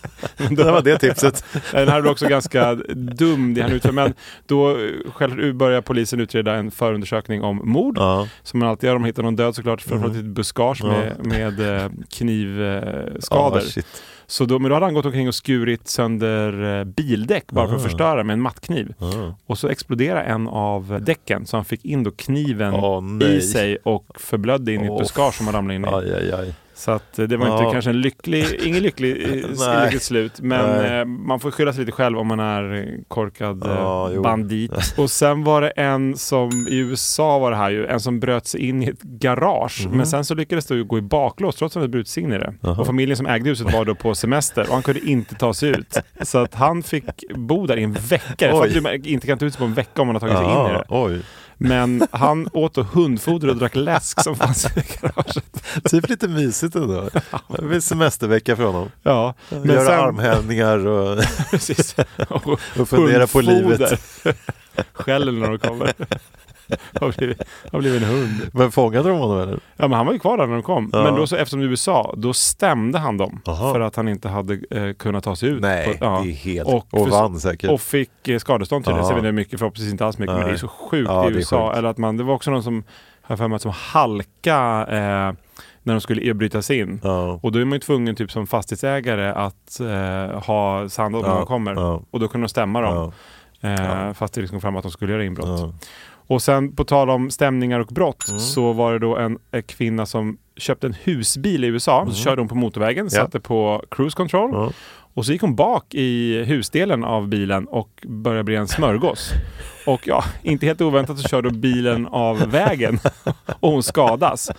Speaker 2: Det var det typ. tipset.
Speaker 1: Den här är också ganska dum, det han utför. Men då eh, själv börjar polisen utreda en förundersökning om mord.
Speaker 2: Ja. Mm.
Speaker 1: Som man alltid gör om man hittar någon död såklart. Framförallt i ett buskage med, med eh, knivskador.
Speaker 2: Ja, ah, shit.
Speaker 1: Så då, men då hade han gått omkring och skurit sönder eh, bildäck bara för
Speaker 2: Ah.
Speaker 1: att förstöra med en mattkniv. Och så exploderade en av däcken så han fick in då kniven
Speaker 2: Åh,
Speaker 1: i
Speaker 2: nej.
Speaker 1: sig och förblödde in i ett
Speaker 2: Åh,
Speaker 1: buskage som han ramlade in i.
Speaker 2: Aj, aj, aj.
Speaker 1: Så att eh, det var inte
Speaker 2: Ja.
Speaker 1: kanske en lycklig, ingen lycklig, eh,
Speaker 2: Nej.
Speaker 1: lyckligt slut. Men
Speaker 2: Nej.
Speaker 1: eh, man får skylla sig lite själv om man är eh, korkad eh,
Speaker 2: Ja, jo.
Speaker 1: bandit. Och sen var det en som, i USA var det här ju, en som bröt sig in i ett garage.
Speaker 2: Mhm.
Speaker 1: Men sen så lyckades det ju gå i baklås trots att han hade brutit sig in i det. Och familjen som ägde huset var då på semester och han kunde inte ta sig ut. Så att han fick bo där i en vecka. Jag
Speaker 2: Oj.
Speaker 1: fattar att man inte kan ta ut sig på en vecka om man har tagit sig in i det.
Speaker 2: Ah, oj.
Speaker 1: Men han åt då hundfoder och drack läsk som fanns i garaget.
Speaker 2: Typ lite mysigt ändå. Det blir semestervecka för honom.
Speaker 1: Ja, men
Speaker 2: Göra
Speaker 1: sen-
Speaker 2: armhävningar och
Speaker 1: Precis. Och,
Speaker 2: Och fundera på
Speaker 1: hundfoder.
Speaker 2: livet.
Speaker 1: Skäller när de kommer. Har blivit, har blivit en hund.
Speaker 2: Men fångade de honom eller?
Speaker 1: Ja, men han var ju kvar där när de kom.
Speaker 2: Ja.
Speaker 1: Men då så, eftersom det är USA, då stämde han dem.
Speaker 2: Aha.
Speaker 1: För att han inte hade eh, kunnat ta sig ut.
Speaker 2: Nej,
Speaker 1: på, ja.
Speaker 2: det är helt...
Speaker 1: Och
Speaker 2: Och,
Speaker 1: för-
Speaker 2: vann säkert.
Speaker 1: Och fick eh, skadestånd till det.
Speaker 2: Ja.
Speaker 1: Sen vet jag mycket, förhoppningsvis inte alls mycket. Men
Speaker 2: Nej.
Speaker 1: det är så sjukt
Speaker 2: Ja,
Speaker 1: i
Speaker 2: det är
Speaker 1: USA.
Speaker 2: sjukt.
Speaker 1: Eller att man, det var också någon som, har jag för mig, att som halka eh, när de skulle bryta sig in.
Speaker 2: ja.
Speaker 1: Och då är man ju tvungen typ som fastighetsägare att eh, ha sandad när
Speaker 2: Ja,
Speaker 1: de kommer.
Speaker 2: ja.
Speaker 1: Och då kunde de stämma dem.
Speaker 2: Ja.
Speaker 1: Eh, Fast det liksom kom fram att de skulle göra inbrott.
Speaker 2: Ja. Mm.
Speaker 1: Och sen på tal om stämningar och brott så var det då en, en kvinna som köpte en husbil i USA. Så körde hon på motorvägen, satte på cruise control.
Speaker 2: Mm. Ja.
Speaker 1: Och så gick hon bak i husdelen av bilen och började bli en smörgås. Och ja, inte helt oväntat så kör då bilen av vägen och hon skadas.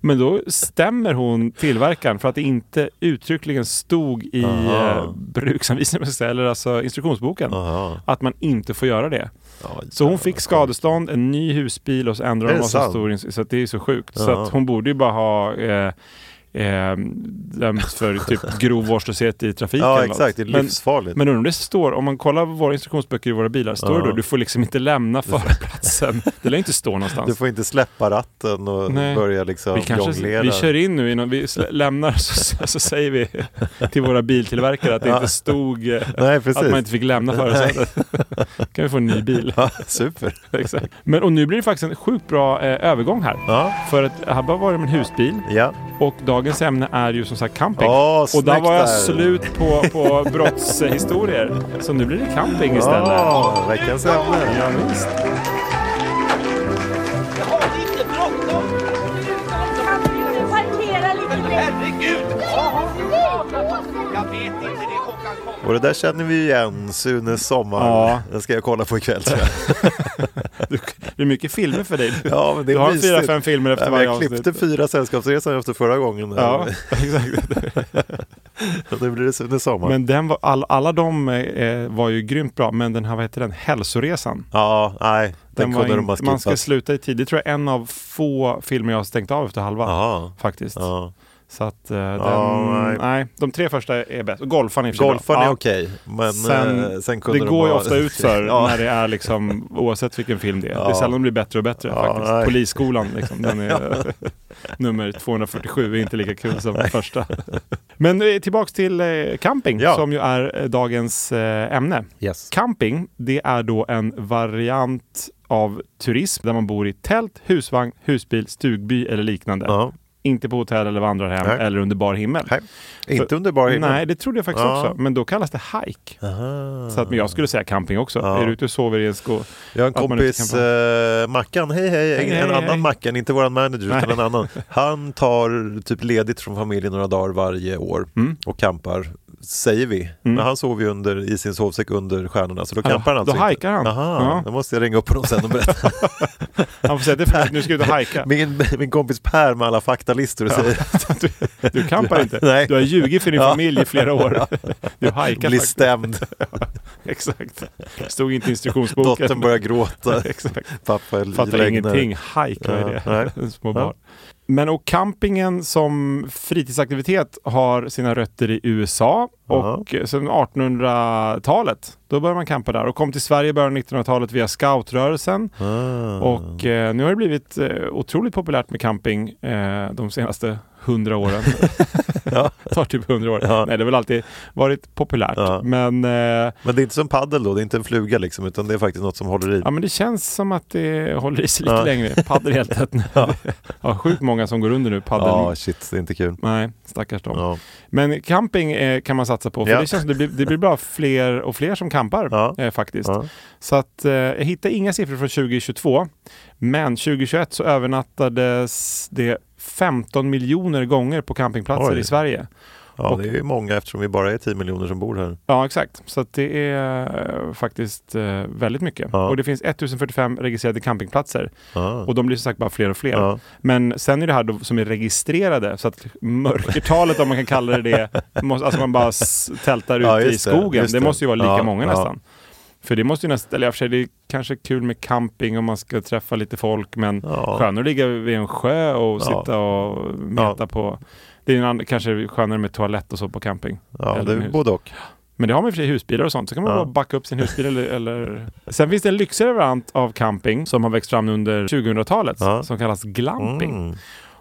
Speaker 1: Men då stämmer hon tillverkaren för att det inte uttryckligen stod i
Speaker 2: Aha.
Speaker 1: eh, bruksanvisningen, eller alltså instruktionsboken,
Speaker 2: Aha.
Speaker 1: att man inte får göra det.
Speaker 2: Ja,
Speaker 1: Så hon fick skadestånd, en ny husbil och så ändrade
Speaker 2: Är
Speaker 1: de
Speaker 2: det
Speaker 1: vad som
Speaker 2: sant?
Speaker 1: stod i- Så att det är så sjukt. Så
Speaker 2: Ja.
Speaker 1: att hon borde ju bara ha eh, eh, dömts för typ grov vårdslöshet i trafiken.
Speaker 2: Ja
Speaker 1: eller något.
Speaker 2: exakt, det är
Speaker 1: men,
Speaker 2: livsfarligt.
Speaker 1: men undrar om det står, om man kollar våra instruktionsböcker i våra bilar, står det då
Speaker 2: Ja.
Speaker 1: du får liksom inte lämna förarplatsen. Det lär inte stå någonstans.
Speaker 2: du får inte släppa ratten och
Speaker 1: Nej.
Speaker 2: börja liksom
Speaker 1: Vi, kanske,
Speaker 2: jonglera.
Speaker 1: vi kör in nu innan vi slä- lämnar så, så säger vi till våra biltillverkare att det
Speaker 2: Ja.
Speaker 1: inte stod eh,
Speaker 2: Nej
Speaker 1: att
Speaker 2: precis.
Speaker 1: man inte fick lämna förarsätet. kan vi få en ny bil.
Speaker 2: Ja, super.
Speaker 1: Exakt. Men, och nu blir det faktiskt en sjukt bra eh, övergång här.
Speaker 2: Ja,
Speaker 1: För att här bara var det med en husbil
Speaker 2: ja.
Speaker 1: och dagens ämne är ju som sagt camping. och
Speaker 2: Åh,
Speaker 1: där
Speaker 2: snyggt
Speaker 1: var jag
Speaker 2: där.
Speaker 1: slut på, på brottshistorier. Så nu blir det camping istället.
Speaker 2: Ja, veckans ämne.
Speaker 1: Ja, visst.
Speaker 3: Parkera lite längre.
Speaker 2: Och det där känner vi igen, Sunes sommar.
Speaker 1: Ja.
Speaker 2: Den ska jag kolla på ikväll tror jag.
Speaker 1: Du, det är mycket filmer för dig.
Speaker 2: Ja, men det är
Speaker 1: du har
Speaker 2: mysigt.
Speaker 1: fyra, fem filmer efter
Speaker 2: Nej, men
Speaker 1: varje
Speaker 2: jag klippte
Speaker 1: avsnitt.
Speaker 2: fyra sällskapsresor efter förra gången.
Speaker 1: Ja, exakt.
Speaker 2: Nu blir det Sunes sommar.
Speaker 1: Men den var, all, alla de eh, var ju grymt bra, men den här, vad heter den, hälsoresan.
Speaker 2: Ja, nej, den,
Speaker 1: var
Speaker 2: kunde
Speaker 1: in-
Speaker 2: de ha skippat.
Speaker 1: man ska sluta i tid. Det tror jag är en av få filmer jag har stängt av efter halva.
Speaker 2: Jaha.
Speaker 1: Faktiskt.
Speaker 2: Ja.
Speaker 1: Så att eh, den, nej.
Speaker 2: nej.
Speaker 1: de tre första är bäst. Golfan är i och för sig
Speaker 2: Golfaren
Speaker 1: bra.
Speaker 2: är
Speaker 1: Ja.
Speaker 2: okej, men
Speaker 1: Sen,
Speaker 2: sen, sen kunde
Speaker 1: det
Speaker 2: de
Speaker 1: går ju
Speaker 2: ha-
Speaker 1: ofta ut för
Speaker 2: ja.
Speaker 1: när det är liksom, oavsett vilken film det är. Det är
Speaker 2: Ja.
Speaker 1: sällan det blir bättre och bättre
Speaker 2: Ja,
Speaker 1: faktiskt.
Speaker 2: nej.
Speaker 1: Polisskolan, liksom, den är, nummer 247, är inte lika kul som första. Men eh, tillbaks till eh, camping,
Speaker 2: Ja.
Speaker 1: som ju är eh, dagens eh, ämne.
Speaker 2: Yes.
Speaker 1: Camping, det är då en variant av turism där man bor i tält, husvagn, husbil, stugby eller liknande.
Speaker 2: Ja.
Speaker 1: Inte på hotell eller vandrarhem
Speaker 2: Nej.
Speaker 1: eller under bar himmel.
Speaker 2: Nej. Inte under bar himmel.
Speaker 1: Nej, det trodde jag faktiskt
Speaker 2: Ja.
Speaker 1: också. Men då kallas det hike. Så att, men jag skulle säga camping också.
Speaker 2: Ja.
Speaker 1: Är du ute och sover i en skå?
Speaker 2: Jag har en
Speaker 1: Att man inte
Speaker 2: kompis,
Speaker 1: kan
Speaker 2: eh, Mackan, hej hej,
Speaker 1: Hej,
Speaker 2: en,
Speaker 1: hej,
Speaker 2: en
Speaker 1: hej.
Speaker 2: annan Mackan, inte våran manager
Speaker 1: Nej.
Speaker 2: utan en annan. Han tar typ ledigt från familjen några dagar varje år
Speaker 1: Mm.
Speaker 2: och campar, säger vi. Men han sover ju under, i sin sovsäck under stjärnorna så då
Speaker 1: Ja,
Speaker 2: campar han
Speaker 1: då
Speaker 2: alltså
Speaker 1: hajkar han.
Speaker 2: Aha,
Speaker 1: Ja.
Speaker 2: Då måste jag ringa upp honom sen och berätta.
Speaker 1: Han får säga det är för mycket, nu ska jag ut och hajka.
Speaker 2: min, min kompis Per med alla faktalistor säger att
Speaker 1: Du campar inte.
Speaker 2: Nej.
Speaker 1: Du har ljugit för din
Speaker 2: Ja.
Speaker 1: familj i flera år. Du hajkar
Speaker 2: blir
Speaker 1: faktiskt.
Speaker 2: stämd,
Speaker 1: Exakt. Stod inte i instruktionsboken.
Speaker 2: dottern börjar gråta,
Speaker 1: Exakt.
Speaker 2: pappa är
Speaker 1: Fattar
Speaker 2: livrädd.
Speaker 1: ingenting. Hike, vad är
Speaker 2: Ja,
Speaker 1: det? Små barn. Men och campingen som fritidsaktivitet har sina rötter i USA och sen 1800-talet. Då började man campa där och kom till Sverige i början av 1900-talet via scoutrörelsen.
Speaker 2: Ah.
Speaker 1: Och eh, nu har det blivit eh, otroligt populärt med camping eh, de senaste hundra åren. Det tar typ hundra år. Nej, det har väl alltid varit populärt.
Speaker 2: Ja.
Speaker 1: Men eh,
Speaker 2: Men det är inte som paddel då, det är inte en fluga liksom, utan det är faktiskt något som håller i.
Speaker 1: Ja men det känns som att det håller i sig lite
Speaker 2: Ja.
Speaker 1: längre. Padel är helt nu. Ja. sjukt många som går under nu. Padel.
Speaker 2: Ja, shit, det är inte kul.
Speaker 1: Nej, stackars dem.
Speaker 2: Ja.
Speaker 1: Men camping eh, kan man satsa på. För
Speaker 2: Ja.
Speaker 1: det, känns som det, blir, det blir bra fler och fler som campar
Speaker 2: Ja.
Speaker 1: eh, faktiskt.
Speaker 2: Ja.
Speaker 1: Så att eh, jag hittar inga siffror från 2022. Men 2021 så övernattades det 15 miljoner gånger på campingplatser
Speaker 2: Oj.
Speaker 1: i Sverige.
Speaker 2: Ja,
Speaker 1: Och-
Speaker 2: det är ju många eftersom vi bara är 10 miljoner som bor här.
Speaker 1: Ja, exakt. Så att det är eh, faktiskt eh, väldigt mycket.
Speaker 2: Ja.
Speaker 1: Och det finns 1045 registrerade campingplatser.
Speaker 2: Ja.
Speaker 1: Och de blir som sagt bara fler och fler.
Speaker 2: Ja.
Speaker 1: Men sen är det här då, som är registrerade, så att mörkertalet om man kan kalla det det, måste, alltså man bara s- tältar ute
Speaker 2: Ja,
Speaker 1: i
Speaker 2: just det,
Speaker 1: skogen. Det,
Speaker 2: just det.
Speaker 1: måste ju vara lika
Speaker 2: Ja,
Speaker 1: många
Speaker 2: ja.
Speaker 1: nästan. För det måste ju nästan, eller i och för sig, det är kanske kul med camping om man ska träffa lite folk, men
Speaker 2: Ja.
Speaker 1: skönare att ligga vid en sjö och
Speaker 2: Ja.
Speaker 1: sitta och meta på. Det är en annan, kanske skönare med toalett och så på camping.
Speaker 2: Ja,
Speaker 1: Eller
Speaker 2: det
Speaker 1: med
Speaker 2: är
Speaker 1: hus.
Speaker 2: både och.
Speaker 1: Men det har man i och för sig i husbilar och sånt, så kan man
Speaker 2: Ja.
Speaker 1: bara backa upp sin husbil eller, eller... Sen finns det en lyxigare variant av camping som har växt fram under 2000-talet
Speaker 2: Ja.
Speaker 1: som kallas glamping.
Speaker 2: Mm.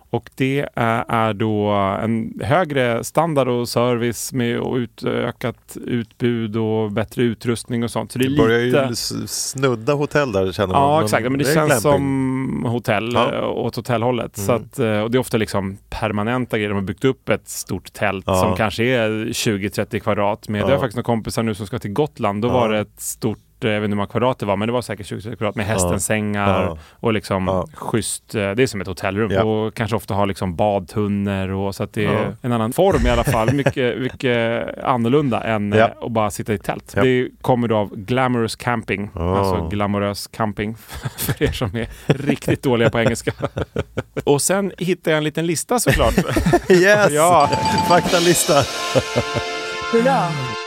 Speaker 1: Och det eh, är då en högre standard och service med och utökat utbud och bättre utrustning och sånt. Så det är
Speaker 2: Det börjar ju
Speaker 1: lite...
Speaker 2: s- snudda hotell där känner man.
Speaker 1: Ja, exakt. Men det,
Speaker 2: är
Speaker 1: känns
Speaker 2: glamping.
Speaker 1: som hotell
Speaker 2: Ja. Mm.
Speaker 1: eh, åt hotellhållet. Så att, eh, och det är ofta liksom permanenta grejer. De har byggt upp ett stort tält
Speaker 2: Ja.
Speaker 1: som kanske är 20-30 kvadrat. Med. Det har
Speaker 2: Ja.
Speaker 1: faktiskt några kompisar nu som ska till Gotland. Då var det ett stort eh, jag vet inte hur många kvadrat det var, men det var säkert 20 kvadrat med hästens
Speaker 2: Ja.
Speaker 1: sängar
Speaker 2: Ja.
Speaker 1: och liksom
Speaker 2: Ja.
Speaker 1: schysst. eh, Det är som ett hotellrum
Speaker 2: Ja.
Speaker 1: och kanske ofta har liksom badtunnor och så att det är
Speaker 2: Ja.
Speaker 1: en annan form i alla fall. Mycket, mycket annorlunda än eh,
Speaker 2: Ja.
Speaker 1: att bara sitta i tält.
Speaker 2: Ja.
Speaker 1: Det kommer då av glamorous camping,
Speaker 2: Ja.
Speaker 1: alltså glamorös camping för er som är riktigt dåliga på engelska. och sen hittade jag en liten lista såklart.
Speaker 2: Yes!
Speaker 1: ja.
Speaker 2: Faktalista.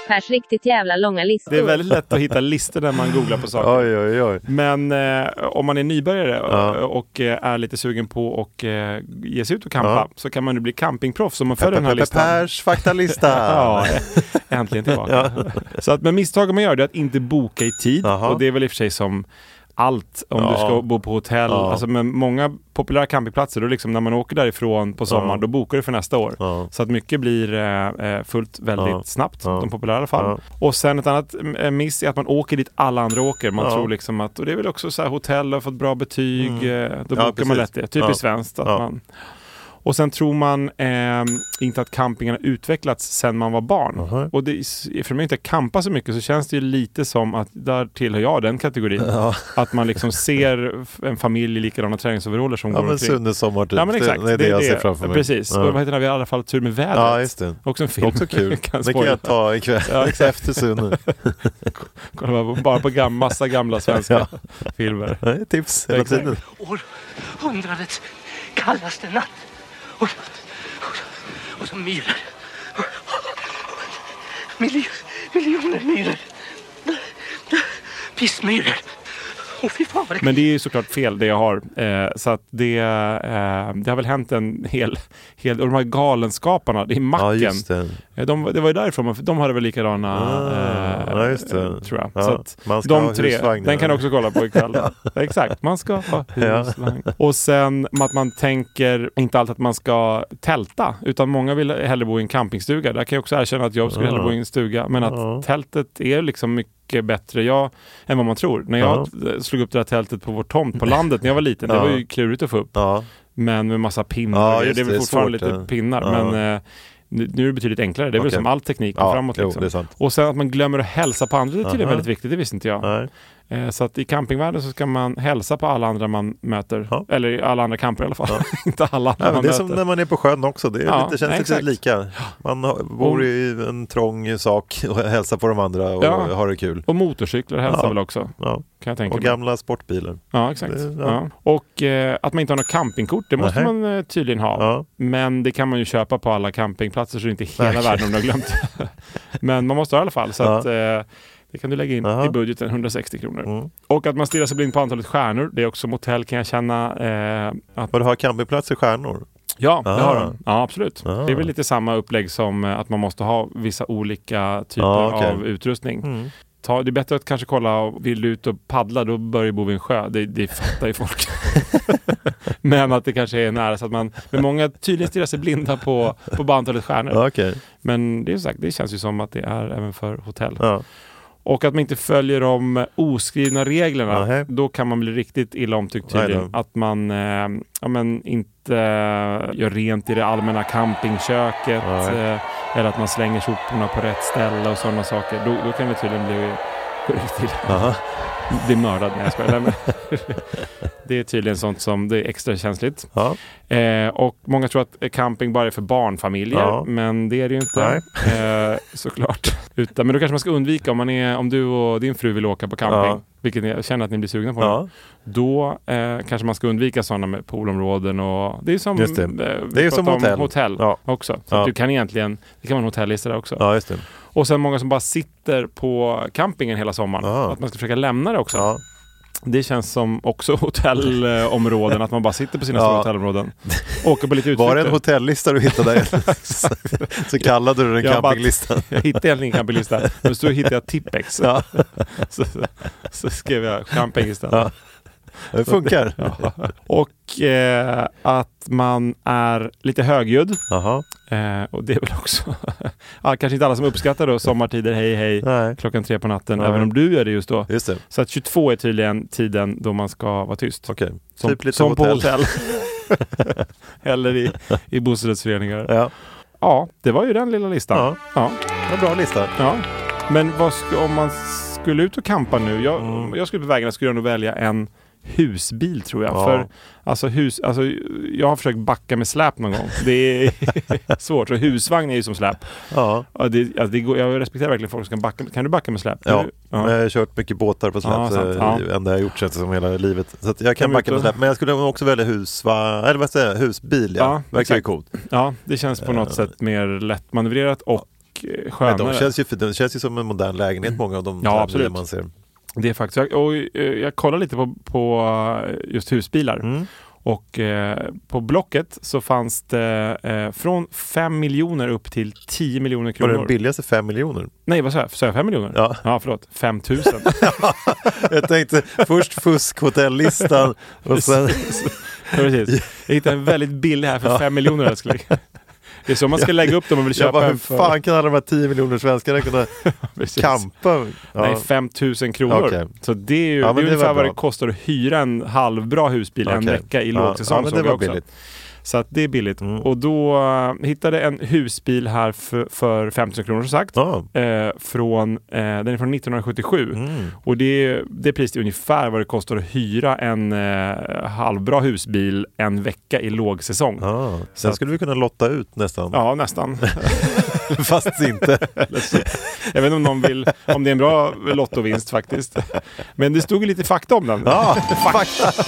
Speaker 4: Pers riktigt jävla långa listor.
Speaker 1: Det är väldigt lätt att hitta listor när man googlar på saker.
Speaker 2: Oj, oj, oj.
Speaker 1: Men eh, om man är nybörjare
Speaker 2: Ja.
Speaker 1: och, eh, är lite sugen på att eh, ge sig ut och campa
Speaker 2: Ja.
Speaker 1: så kan man nu bli campingproffs om man följer den här
Speaker 2: Peppe
Speaker 1: listan.
Speaker 2: Pers faktalista.
Speaker 1: Ja, äntligen tillbaka. Så att, men misstaget man gör det är att inte boka i tid
Speaker 2: Jaha.
Speaker 1: och det är väl i och för sig som allt om
Speaker 2: Ja.
Speaker 1: du ska bo på hotell.
Speaker 2: Ja.
Speaker 1: Alltså, men många populära campingplatser, då liksom när man åker därifrån på sommaren,
Speaker 2: Ja.
Speaker 1: då bokar du för nästa år.
Speaker 2: Ja.
Speaker 1: Så att mycket blir eh, eh, fullt väldigt
Speaker 2: Ja.
Speaker 1: snabbt,
Speaker 2: Ja.
Speaker 1: de populära i alla fall.
Speaker 2: Ja.
Speaker 1: Och sen ett annat eh, miss är att man åker dit alla andra åker. Man
Speaker 2: Ja. Mm.
Speaker 1: tror liksom att, och det är väl också så här hotell har fått bra betyg, eh, då
Speaker 2: Ja,
Speaker 1: bokar man
Speaker 2: precis.
Speaker 1: lätt det. Typiskt
Speaker 2: Ja.
Speaker 1: svenskt. Att
Speaker 2: Ja.
Speaker 1: man, och sen tror man eh, inte att campingen har utvecklats sedan man var barn.
Speaker 2: Mhm.
Speaker 1: Och det, för mig inte campa så mycket så känns det ju lite som att där tillhör jag den kategorin. Att man liksom ser f- en familj i likadana träningsoveraller som
Speaker 2: Ja,
Speaker 1: går
Speaker 2: men
Speaker 1: omkring.
Speaker 2: Sunnes sommartid.
Speaker 1: Ja men exakt,
Speaker 2: Det, det är det, jag ser framför mig.
Speaker 1: Precis, och vad
Speaker 2: Ja,
Speaker 1: heter det, vi har i alla fall tur med vädret.
Speaker 2: ja just det.
Speaker 1: Också en film.
Speaker 2: Också kul.
Speaker 1: kan
Speaker 2: det kan
Speaker 1: spoila.
Speaker 2: jag ta ikväll
Speaker 1: Ja, exakt.
Speaker 2: efter Sunne.
Speaker 1: Kolla bara- bara på gam, massa gamla svenska filmer.
Speaker 2: Det är Tips hela
Speaker 1: Exakt.
Speaker 2: tiden.
Speaker 5: århundradets kallaste natt. Och, och, och så myror. Miljo, miljoner myror. Pissmyror. Åh fy fan vad det
Speaker 1: Men det är ju såklart fel det jag har. Eh, så att det, eh, det har väl hänt en hel, hel... Och de här galenskaparna, det är
Speaker 2: Ja,
Speaker 1: macken.
Speaker 2: just det.
Speaker 1: Eh, de, det var ju därifrån, man- de hade väl likadana... eh,
Speaker 2: Ah, ja, just det.
Speaker 1: Tror jag.
Speaker 2: Ja,
Speaker 1: så att
Speaker 2: man ska
Speaker 1: de
Speaker 2: ha
Speaker 1: tre,
Speaker 2: husvagn,
Speaker 1: den kan du
Speaker 2: ja.
Speaker 1: också kolla på ikväll. Exakt, man ska ha
Speaker 2: Ja.
Speaker 1: husvagn. Och sen att man tänker inte alltid att man ska tälta, utan många vill hellre bo i en campingstuga. Där kan jag också erkänna att jag skulle hellre
Speaker 2: Ah.
Speaker 1: bo i en stuga, men att tältet är liksom mycket bättre jag, än vad man tror. När jag slog upp det här tältet på vår tomt på landet när jag var liten, det
Speaker 2: Ja.
Speaker 1: var ju klurigt att få upp.
Speaker 2: Ja,
Speaker 1: Men med massa pinnar.
Speaker 2: Ja,
Speaker 1: och grejer.
Speaker 2: just
Speaker 1: det är väl
Speaker 2: det,
Speaker 1: fortfarande
Speaker 2: svårt,
Speaker 1: lite
Speaker 2: ja.
Speaker 1: pinnar.
Speaker 2: Ja.
Speaker 1: Men eh, nu nu är det betydligt enklare. Det är
Speaker 2: Okej.
Speaker 1: väl som all teknik går
Speaker 2: Ja,
Speaker 1: framåt.
Speaker 2: jo,
Speaker 1: Liksom.
Speaker 2: det är sant.
Speaker 1: Och sen att man glömmer att hälsa på andra, det tycker jag är
Speaker 2: Aha.
Speaker 1: väldigt viktigt. Det visste inte jag.
Speaker 2: nej.
Speaker 1: Eh, så att i campingvärlden så ska man hälsa på alla andra man möter.
Speaker 2: Ja.
Speaker 1: Eller i alla andra camper i alla fall. inte alla andra
Speaker 2: Nej, men
Speaker 1: man
Speaker 2: det är
Speaker 1: möter.
Speaker 2: som när man är på sjön också. Det är
Speaker 1: Ja,
Speaker 2: lite, känns
Speaker 1: nej,
Speaker 2: lite
Speaker 1: exakt.
Speaker 2: lika. Man har, bor i en trång sak och hälsar på de andra och
Speaker 1: Ja.
Speaker 2: har det kul.
Speaker 1: Och motorcyklar hälsar
Speaker 2: Ja.
Speaker 1: väl också.
Speaker 2: Ja.
Speaker 1: Kan jag tänka
Speaker 2: Och
Speaker 1: mig.
Speaker 2: gamla sportbilar.
Speaker 1: Ja, exakt.
Speaker 2: Det- ja.
Speaker 1: ja. Och eh, att man inte har något campingkort, det måste
Speaker 2: Nähä.
Speaker 1: man eh, tydligen ha.
Speaker 2: Ja.
Speaker 1: Men det kan man ju köpa på alla campingplatser så det är inte hela
Speaker 2: Nej.
Speaker 1: världen om du har glömt. Men man måste ha i alla fall. Så
Speaker 2: Ja.
Speaker 1: att, eh, det kan du lägga in
Speaker 2: Jaha.
Speaker 1: i budgeten, 160 kronor.
Speaker 2: Mm.
Speaker 1: Och att man stirrar sig blind på antalet stjärnor. Det är också motell kan jag känna. Eh, att,
Speaker 2: Och du har campingplats i stjärnor.
Speaker 1: ja, det
Speaker 2: Ah.
Speaker 1: har de. Ja, absolut.
Speaker 2: Ah.
Speaker 1: Det är väl lite samma upplägg som eh, att man måste ha vissa olika typer
Speaker 2: Ja, Ah, okej. Mm.
Speaker 1: av utrustning. Ta, det är bättre att kanske kolla, vill du ut och paddla, då börjar du bo vid en sjö. Det, det fattar ju folk. men att det kanske är nära. Så att man, men många tydligen stirrar sig blinda på, på bara antalet stjärnor.
Speaker 2: Ja, okej.
Speaker 1: Men det är sagt, det känns ju som att det är även för hotell.
Speaker 2: Ja.
Speaker 1: Och att man inte följer de oskrivna reglerna,
Speaker 2: Nähä.
Speaker 1: då kan man bli riktigt illa omtyckt
Speaker 2: Aj då.
Speaker 1: tydligen. Att man eh, ja, men inte eh, gör rent i det allmänna campingköket
Speaker 2: Nej.
Speaker 1: eh, eller att man slänger soporna på rätt ställe och sådana saker. Då, då kan det tydligen bli gå riktigt illa.
Speaker 2: Aha.
Speaker 1: bli mördad. Nej, jag skojar. Nej, men det är tydligen sånt som det är extra känsligt.
Speaker 2: Ja.
Speaker 1: Eh, och många tror att camping bara är för barnfamiljer,
Speaker 2: Ja.
Speaker 1: men det är det ju inte. Eh, såklart. Utan, men då kanske man ska undvika om, man är, om du och din fru vill åka på camping,
Speaker 2: Ja.
Speaker 1: vilket jag känner att ni blir sugna på. nu.
Speaker 2: Ja.
Speaker 1: Då eh, kanske man ska undvika sådana med poolområden och det är som,
Speaker 2: Just det.
Speaker 1: eh, vi
Speaker 2: Det är som
Speaker 1: pratade om
Speaker 2: hotell. Ja.
Speaker 1: också. Så
Speaker 2: Ja.
Speaker 1: att du kan egentligen, det kan vara en hotellista där också.
Speaker 2: ja, just det.
Speaker 1: Och sen många som bara sitter på campingen hela sommaren.
Speaker 2: Ja.
Speaker 1: Att man ska försöka lämna det också.
Speaker 2: Ja.
Speaker 1: Det känns som också hotellområden, att man bara sitter på sina
Speaker 2: Ja.
Speaker 1: små hotellområden. Åker på lite utflykter.
Speaker 2: Var det en hotellista du hittade där? så kallade du den
Speaker 1: Jag bara-
Speaker 2: campinglistan.
Speaker 1: Jag hittade egentligen campinglista, men så hittade jag Tippex. Så, så, så skrev jag camping istället.
Speaker 2: Det funkar.
Speaker 1: Och eh, att man är lite högljudd.
Speaker 2: Jaha.
Speaker 1: Eh, och det är väl också... ja, kanske inte alla som uppskattar då sommartider, hej hej,
Speaker 2: Nej.
Speaker 1: klockan tre på natten,
Speaker 2: Nej.
Speaker 1: även om du gör det just då.
Speaker 2: Just det.
Speaker 1: Så att 22 är tydligen tiden då man ska vara tyst.
Speaker 2: Okej.
Speaker 1: Som,
Speaker 2: Typ lite
Speaker 1: som på
Speaker 2: hotell.
Speaker 1: hotell. Eller i, i bostadsrättsföreningar.
Speaker 2: Ja.
Speaker 1: Ja, det var ju den lilla listan.
Speaker 2: Ja.
Speaker 1: Ja.
Speaker 2: En bra lista.
Speaker 1: Ja, men vad ska, om man ska skulle ut och kampa nu, jag,
Speaker 2: Mm.
Speaker 1: om jag skulle på vägarna skulle jag nog välja en husbil tror jag.
Speaker 2: Ja.
Speaker 1: För alltså, hus, alltså, jag har försökt backa med släp någon gång. Det är svårt. Och husvagn är ju som släp.
Speaker 2: Ja.
Speaker 1: Ja, det, alltså, det går, jag respekterar verkligen folk som kan backa. Kan du backa med släp?
Speaker 2: Ja,
Speaker 1: Du-
Speaker 2: men jag har kört mycket båtar på släp,
Speaker 1: Ja,
Speaker 2: så
Speaker 1: sant.
Speaker 2: det
Speaker 1: Ja.
Speaker 2: är det enda jag har gjort känns det som hela livet. Så att jag kan
Speaker 1: Kan vi
Speaker 2: backa på
Speaker 1: inte-
Speaker 2: släp, men jag skulle nog också välja husva... eller vad säger jag, husbil. Ja.
Speaker 1: Ja,
Speaker 2: Verkar ju
Speaker 1: exakt.
Speaker 2: coolt.
Speaker 1: Ja, det känns på något sätt mer lättmanövrerat och eh,
Speaker 2: Men Eh. de
Speaker 1: skönare.
Speaker 2: känns, ju, för- de känns ju som en modern lägenhet, många av de
Speaker 1: Mm. Ja,
Speaker 2: här
Speaker 1: absolut.
Speaker 2: bilarna man ser.
Speaker 1: Det är faktiskt, jag- och eh, jag kollar lite på, på eh, just husbilar.
Speaker 2: Mm.
Speaker 1: Och eh, på Blocket så fanns det eh, från 5 miljoner upp till 10 miljoner
Speaker 2: Var
Speaker 1: kronor.
Speaker 2: den billigaste fem miljoner?
Speaker 1: Nej, vad sa jag? Sa jag 5 miljoner?
Speaker 2: Ja.
Speaker 1: ja, förlåt. 5 tusen.
Speaker 2: Jag tänkte först fuskhotellistan och sen...
Speaker 1: Ja, precis. Jag hittade en väldigt billig här för 5 miljoner älskling. Det är så man ska lägga upp dem om man vill
Speaker 2: Jag
Speaker 1: köpa
Speaker 2: bara, hur
Speaker 1: en för.
Speaker 2: fan kan alla de här 10 miljoner svenskarna kunna
Speaker 1: Precis.
Speaker 2: kampa? Ja.
Speaker 1: Nej, 5 000 kronor.
Speaker 2: Okej.
Speaker 1: Så det är ju
Speaker 2: Ja, men
Speaker 1: det är
Speaker 2: det var
Speaker 1: ungefär vad
Speaker 2: bra.
Speaker 1: det kostar att hyra en halvbra husbil en
Speaker 2: Okej.
Speaker 1: vecka i
Speaker 2: Ja,
Speaker 1: lågsäsong.
Speaker 2: ja, men
Speaker 1: såg
Speaker 2: det
Speaker 1: jag
Speaker 2: var
Speaker 1: också.
Speaker 2: billigt.
Speaker 1: Så att det är billigt.
Speaker 2: Mm.
Speaker 1: Och då eh, hittade en husbil här för, för 5 000 kronor som sagt.
Speaker 2: Ja.
Speaker 1: Eh, från, eh, den är från 1977
Speaker 2: Mm.
Speaker 1: och det, är- det priset är ungefär vad det kostar att hyra en eh, halvbra husbil en vecka i lågsäsong. Ja,
Speaker 2: Ja. Sen skulle vi kunna lotta ut nästan,
Speaker 1: nästan.
Speaker 2: fast inte.
Speaker 1: Jag vet inte om någon vill, om det är en bra lottovinst faktiskt. Men det stod ju lite fakta om den.
Speaker 2: Ja, fakta!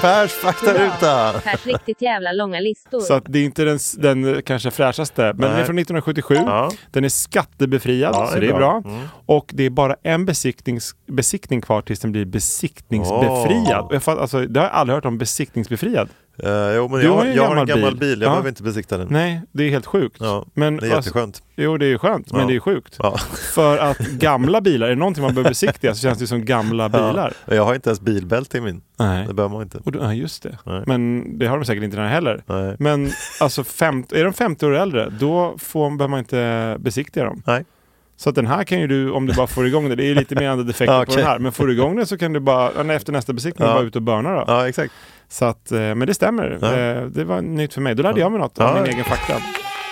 Speaker 2: Pers faktaruta!
Speaker 4: Pers riktigt jävla långa listor.
Speaker 1: Så att det är inte den, s- den eh, kanske fräschaste, men den är
Speaker 2: Mm. Nej.
Speaker 1: från 1977.
Speaker 2: Ja.
Speaker 1: Den är skattebefriad,
Speaker 2: Ja,
Speaker 1: så
Speaker 2: det är
Speaker 1: det är bra.
Speaker 2: bra. Mm.
Speaker 1: Och det är bara en besiktnings, besiktning kvar tills den blir besiktningsbefriad.
Speaker 2: Åh.
Speaker 1: Jag fatt, alltså, det har jag aldrig hört om besiktningsbefriad.
Speaker 2: Eh, jo, men
Speaker 1: Du
Speaker 2: jag,
Speaker 1: har ju en
Speaker 2: jag har en
Speaker 1: gammal
Speaker 2: gammal
Speaker 1: bil.
Speaker 2: bil, jag
Speaker 1: Ja.
Speaker 2: behöver inte besikta den.
Speaker 1: Nej, det är helt sjukt.
Speaker 2: Ja,
Speaker 1: men,
Speaker 2: det är jätteskönt.
Speaker 1: Alltså, jo, det är ju skönt, men
Speaker 2: Ja.
Speaker 1: det är sjukt.
Speaker 2: Ja.
Speaker 1: För att gamla bilar, är det någonting man behöver besiktiga så känns det som gamla bilar.
Speaker 2: Ja. Jag har inte ens bilbälte i min.
Speaker 1: Nej.
Speaker 2: Det behöver man inte.
Speaker 1: Och då, ja, just det.
Speaker 2: Nej.
Speaker 1: Men det har de säkert inte den här heller.
Speaker 2: Nej.
Speaker 1: Men alltså, fem, är de 50 år äldre, då får, behöver man inte besiktiga dem.
Speaker 2: Nej.
Speaker 1: Så att den här kan ju du, om du bara får igång den, det är lite mer andra defekter
Speaker 2: Ja,
Speaker 1: på
Speaker 2: okej.
Speaker 1: den här, men får du igång den så kan du bara, eller efter nästa besiktning,
Speaker 2: Ja.
Speaker 1: bara ut och börna då.
Speaker 2: Ja, exakt.
Speaker 1: Så att, eh, men det stämmer.
Speaker 2: Ja.
Speaker 1: Eh, Det var nytt för mig. Då lärde jag mig något
Speaker 2: Ja.
Speaker 1: av min egen fakta.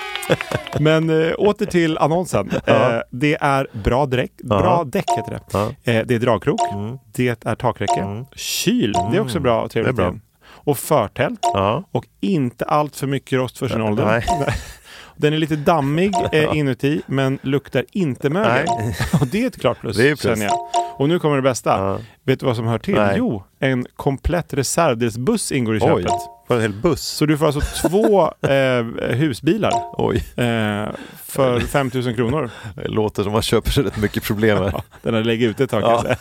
Speaker 1: Men eh, åter till annonsen.
Speaker 2: Ja.
Speaker 1: Eh, det är bra däck, bra
Speaker 2: Ja.
Speaker 1: däck heter det.
Speaker 2: Ja. Mm.
Speaker 1: Eh, det är dragkrok, det är takräcke, kyl, det är också bra och trevligt.
Speaker 2: Det är bra.
Speaker 1: Och förtält.
Speaker 2: Ja.
Speaker 1: Och inte allt för mycket rost för sin ålder.
Speaker 2: Nej.
Speaker 1: Den är lite dammig eh, inuti men luktar inte mögel.
Speaker 2: Nej.
Speaker 1: Och det är ett klart plus,
Speaker 2: Det är plus.
Speaker 1: känner jag. Och nu kommer det bästa.
Speaker 2: Ja.
Speaker 1: Vet du vad som hör till?
Speaker 2: Nej.
Speaker 1: Jo, en komplett reservdelsbuss ingår i
Speaker 2: Oj,
Speaker 1: köpet.
Speaker 2: var det en hel buss?
Speaker 1: Så du får alltså två eh, husbilar
Speaker 2: Oj,
Speaker 1: eh, för 5 000 kronor.
Speaker 2: det låter som man köper sig rätt mycket problem här.
Speaker 1: Den har legat ute ett tag kanske.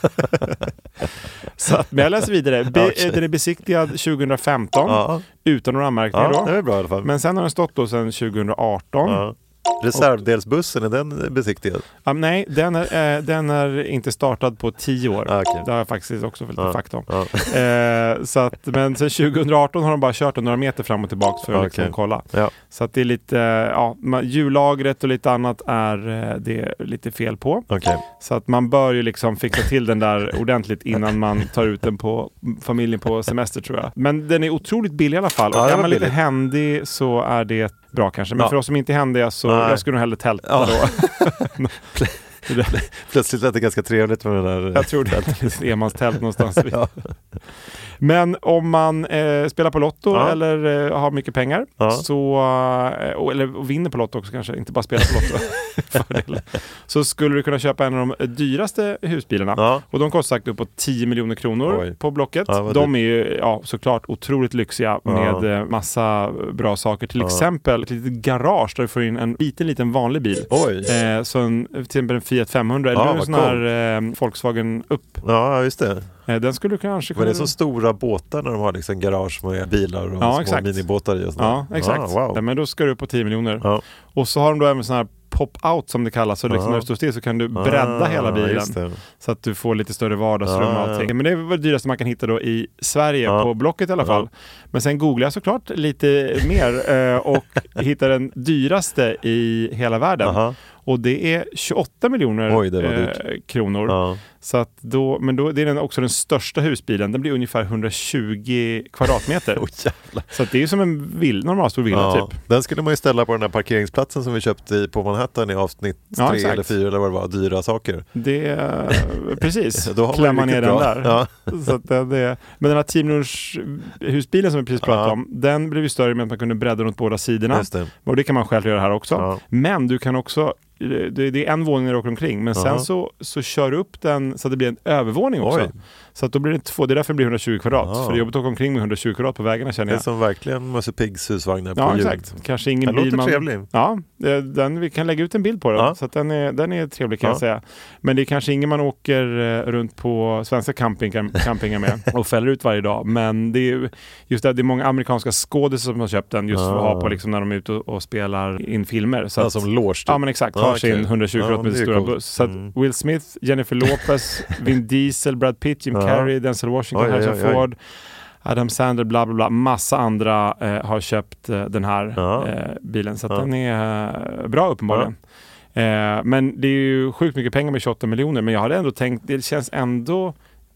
Speaker 1: Så att, men jag läser vidare. Be,
Speaker 2: Okej.
Speaker 1: Den är besiktigad 2015
Speaker 2: Ja,
Speaker 1: utan några anmärkningar
Speaker 2: ja det
Speaker 1: då.
Speaker 2: är bra i alla fall.
Speaker 1: Men sen har den stått då sedan 2018.
Speaker 2: Ja. Reservdelsbussen, är den besiktigad?
Speaker 1: Ja, nej, den är, eh, den är inte startad på 10 år.
Speaker 2: Ah, okej.
Speaker 1: Det har jag faktiskt också lite
Speaker 2: Ja,
Speaker 1: fakta om.
Speaker 2: ja.
Speaker 1: Eh, så att, men sen 2018 har de bara kört den några meter fram och tillbaka för att
Speaker 2: Okej.
Speaker 1: liksom kolla.
Speaker 2: Ja.
Speaker 1: Så att det är lite, eh, ja, ma- jullagret och lite annat är eh, det är lite fel på.
Speaker 2: Okej.
Speaker 1: Så att man bör ju liksom fixa till den där ordentligt innan man tar ut den på familjen på semester tror jag. Men den är otroligt billig i alla fall.
Speaker 2: Ja,
Speaker 1: och
Speaker 2: den
Speaker 1: är
Speaker 2: var
Speaker 1: man lite
Speaker 2: billig.
Speaker 1: händig så är det bra kanske. Men
Speaker 2: Ja.
Speaker 1: för oss som inte är händiga så
Speaker 2: Nej.
Speaker 1: jag skulle nog hellre tälta
Speaker 2: Ja.
Speaker 1: då.
Speaker 2: Plötsligt lät det ganska trevligt med den där.
Speaker 1: Jag tror det är ett litet enmanstält någonstans. Men om man eh, spelar på Lotto
Speaker 2: Ja.
Speaker 1: eller eh, har mycket pengar,
Speaker 2: Ja.
Speaker 1: så, eh, och, eller och vinner på Lotto också kanske, inte bara spelar på Lotto, Fördel. så skulle du kunna köpa en av de dyraste husbilarna.
Speaker 2: Ja.
Speaker 1: Och de kostar sagt uppåt 10 miljoner kronor
Speaker 2: Oj.
Speaker 1: på Blocket.
Speaker 2: Ja, vad
Speaker 1: de är ju ja, såklart otroligt lyxiga
Speaker 2: Ja.
Speaker 1: med eh, massa bra saker. Till exempel ett litet garage där du får in en liten, liten vanlig bil.
Speaker 2: Oj.
Speaker 1: Eh, så en, till exempel en Fiat 500 eller
Speaker 2: Ja,
Speaker 1: en
Speaker 2: vad
Speaker 1: sån här eh, Volkswagen upp.
Speaker 2: Ja, just det.
Speaker 1: Eh, den skulle du kanske
Speaker 2: Men
Speaker 1: kunna...
Speaker 2: det är så stora båtar när de har liksom garage med bilar och
Speaker 1: Mm. Ja,
Speaker 2: små
Speaker 1: exakt.
Speaker 2: minibåtar i och sånt.
Speaker 1: Ja,
Speaker 2: där.
Speaker 1: exakt.
Speaker 2: Ah,
Speaker 1: Nej,
Speaker 2: wow.
Speaker 1: men då ska du upp på 10 miljoner.
Speaker 2: Ja.
Speaker 1: Och så har de då även sån här pop-out som det kallas. Så liksom när du står still så kan du bredda
Speaker 2: Ah,
Speaker 1: hela
Speaker 2: just
Speaker 1: bilen.
Speaker 2: det.
Speaker 1: Så att du får lite större vardagsrum och
Speaker 2: Ah, ja.
Speaker 1: allting. Men det är väl det dyraste man kan hitta då i Sverige,
Speaker 2: Ja.
Speaker 1: på Blocket i alla fall. Men sen googlar jag såklart lite mer eh, och hittar den dyraste i hela världen.
Speaker 2: Aha.
Speaker 1: Och det är 28 miljoner
Speaker 2: Oj, det var
Speaker 1: eh, kronor.
Speaker 2: Ja.
Speaker 1: Så att då, men då, det är den, också den största husbilen. Den blir ungefär 120 kvadratmeter.
Speaker 2: Oj, jävlar.
Speaker 1: Så att det är som en vill, normal stor villa
Speaker 2: Ja,
Speaker 1: Oh, typ.
Speaker 2: Den skulle man ju ställa på den här parkeringsplatsen som vi köpte i på Manhattan i avsnitt
Speaker 1: Ja,
Speaker 2: tre
Speaker 1: exakt.
Speaker 2: eller fyra eller vad det var, dyra saker.
Speaker 1: Det, eh, precis,
Speaker 2: Då har man
Speaker 1: klämmer
Speaker 2: det
Speaker 1: ner
Speaker 2: riktigt
Speaker 1: den
Speaker 2: bra.
Speaker 1: där.
Speaker 2: Ja.
Speaker 1: Så att det, det, men den här 10 miljoners husbilen som vi precis pratade
Speaker 2: Ja.
Speaker 1: om, den blev ju större med att man kunde bredda den åt båda sidorna.
Speaker 2: Just det.
Speaker 1: Och det kan man själv göra här också.
Speaker 2: Ja.
Speaker 1: Men du kan också, det, det är en våning när du åker omkring, men sen
Speaker 2: Aha.
Speaker 1: så, så kör du upp den så att det blir en övervåning också.
Speaker 2: Oj.
Speaker 1: Så att då blir det två, det är därför det blir 120 kvadrat.
Speaker 2: Ja.
Speaker 1: För det är jobbigt att åka omkring med 120 kvadrat på vägarna
Speaker 2: Det
Speaker 1: känner
Speaker 2: är
Speaker 1: jag.
Speaker 2: som verkligen Musse Piggs husvagnar på
Speaker 1: Ja,
Speaker 2: hjul.
Speaker 1: exakt. Kanske ingen
Speaker 2: Den låter
Speaker 1: bil man...
Speaker 2: trevlig.
Speaker 1: Ja, eh, den, vi kan lägga ut en bild på den.
Speaker 2: Ja.
Speaker 1: Så att den, är, den är trevlig kan
Speaker 2: Ja.
Speaker 1: jag säga. Men det är kanske ingen man åker eh, runt på svenska campingar, campingar med och fäller ut varje dag. Men det är ju- just det, det är många amerikanska skådisar som har köpt den just för att ha på liksom, när de är ute och, och spelar in filmer. Så
Speaker 2: Ah. Ja,
Speaker 1: att,
Speaker 2: som loge. Typ.
Speaker 1: Ja men exakt,
Speaker 2: Ja,
Speaker 1: har
Speaker 2: okej.
Speaker 1: sin 120
Speaker 2: Ja, men
Speaker 1: kvadratmeter
Speaker 2: det är
Speaker 1: stora
Speaker 2: coolt.
Speaker 1: buss. Så att
Speaker 2: Mm.
Speaker 1: Will Smith, Jennifer Lopez, Vin Diesel, Brad Pitt, Jim
Speaker 2: Ja.
Speaker 1: Carrey, Denzel Washington,
Speaker 2: Oj, oj,
Speaker 1: Harrison
Speaker 2: oj, oj.
Speaker 1: Ford, Adam Sandler, bla bla bla. Massa andra eh, har köpt eh, den här
Speaker 2: Ja.
Speaker 1: eh, bilen. Så att
Speaker 2: Ja.
Speaker 1: den är eh, bra uppenbarligen. Eh, men det är ju sjukt mycket pengar med 28 miljoner. Men jag hade ändå tänkt, det känns ändå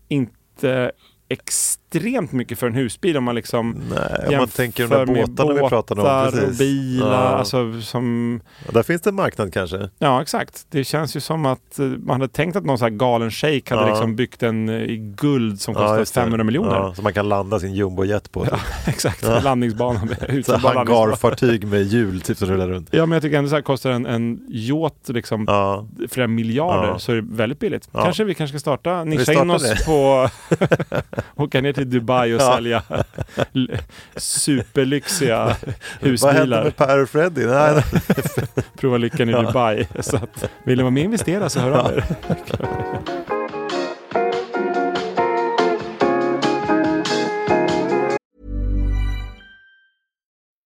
Speaker 1: inte extremt mycket för en husbil om man liksom
Speaker 2: Nej, om man tänker de där
Speaker 1: jämför med
Speaker 2: båtarna vi pratade om.
Speaker 1: båtar och
Speaker 2: Precis.
Speaker 1: bilar.
Speaker 2: Ja.
Speaker 1: Alltså, som,
Speaker 2: Där finns det en marknad kanske.
Speaker 1: Ja, exakt. Det känns ju som att eh, man hade tänkt att någon sån här galen shejk hade
Speaker 2: Ja.
Speaker 1: liksom byggt en eh, i guld som
Speaker 2: Ja,
Speaker 1: kostar
Speaker 2: just det.
Speaker 1: 500 miljoner.
Speaker 2: Ja, som man kan landa sin jumbojet på. Typ.
Speaker 1: exakt, landningsbana. med-
Speaker 2: Så
Speaker 1: utsiktbar landningsbana.
Speaker 2: hangarfartyg med hjul typ, som rullar runt.
Speaker 1: Ja, men jag tycker ändå så här, kostar en, en yacht liksom
Speaker 2: Ja.
Speaker 1: flera miljarder
Speaker 2: Ja.
Speaker 1: så är det väldigt billigt.
Speaker 2: Ja.
Speaker 1: Kanske vi kanske ska starta, nischa in
Speaker 2: startar
Speaker 1: oss
Speaker 2: det.
Speaker 1: på, åka ner till Dubai och
Speaker 2: Ja.
Speaker 1: sälja l- superlyxiga
Speaker 2: Vad hände
Speaker 1: husbilar.
Speaker 2: med Per och Freddy? Nej, nej.
Speaker 1: Prova lyckan i Dubai. Så att, vill ni vara med och investera så hör av er.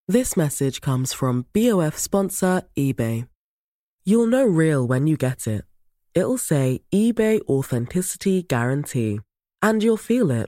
Speaker 6: This message comes from BOF sponsor eBay. You'll know real when you get it. It'll say eBay Authenticity Guarantee. And you'll feel it.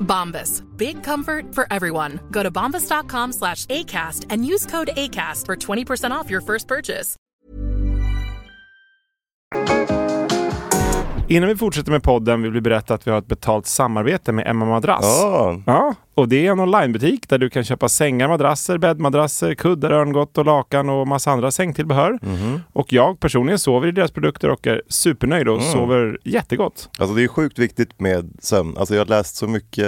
Speaker 6: Bombas. Big comfort for everyone. Go to bombas.com slash ACAST and use code ACAST for 20% off your first purchase.
Speaker 1: Innan vi fortsätter med podden vill vi berätta att vi har ett betalt samarbete med Emma Madrass.
Speaker 2: Ja.
Speaker 1: Ja, och det är en onlinebutik där du kan köpa sängar, madrasser, bäddmadrasser, kuddar, örngott och lakan och massa andra sängtillbehör. Och jag personligen sover i deras produkter och är supernöjd och sover jättegott.
Speaker 2: Alltså det är sjukt viktigt med sömn. Alltså jag har läst så mycket,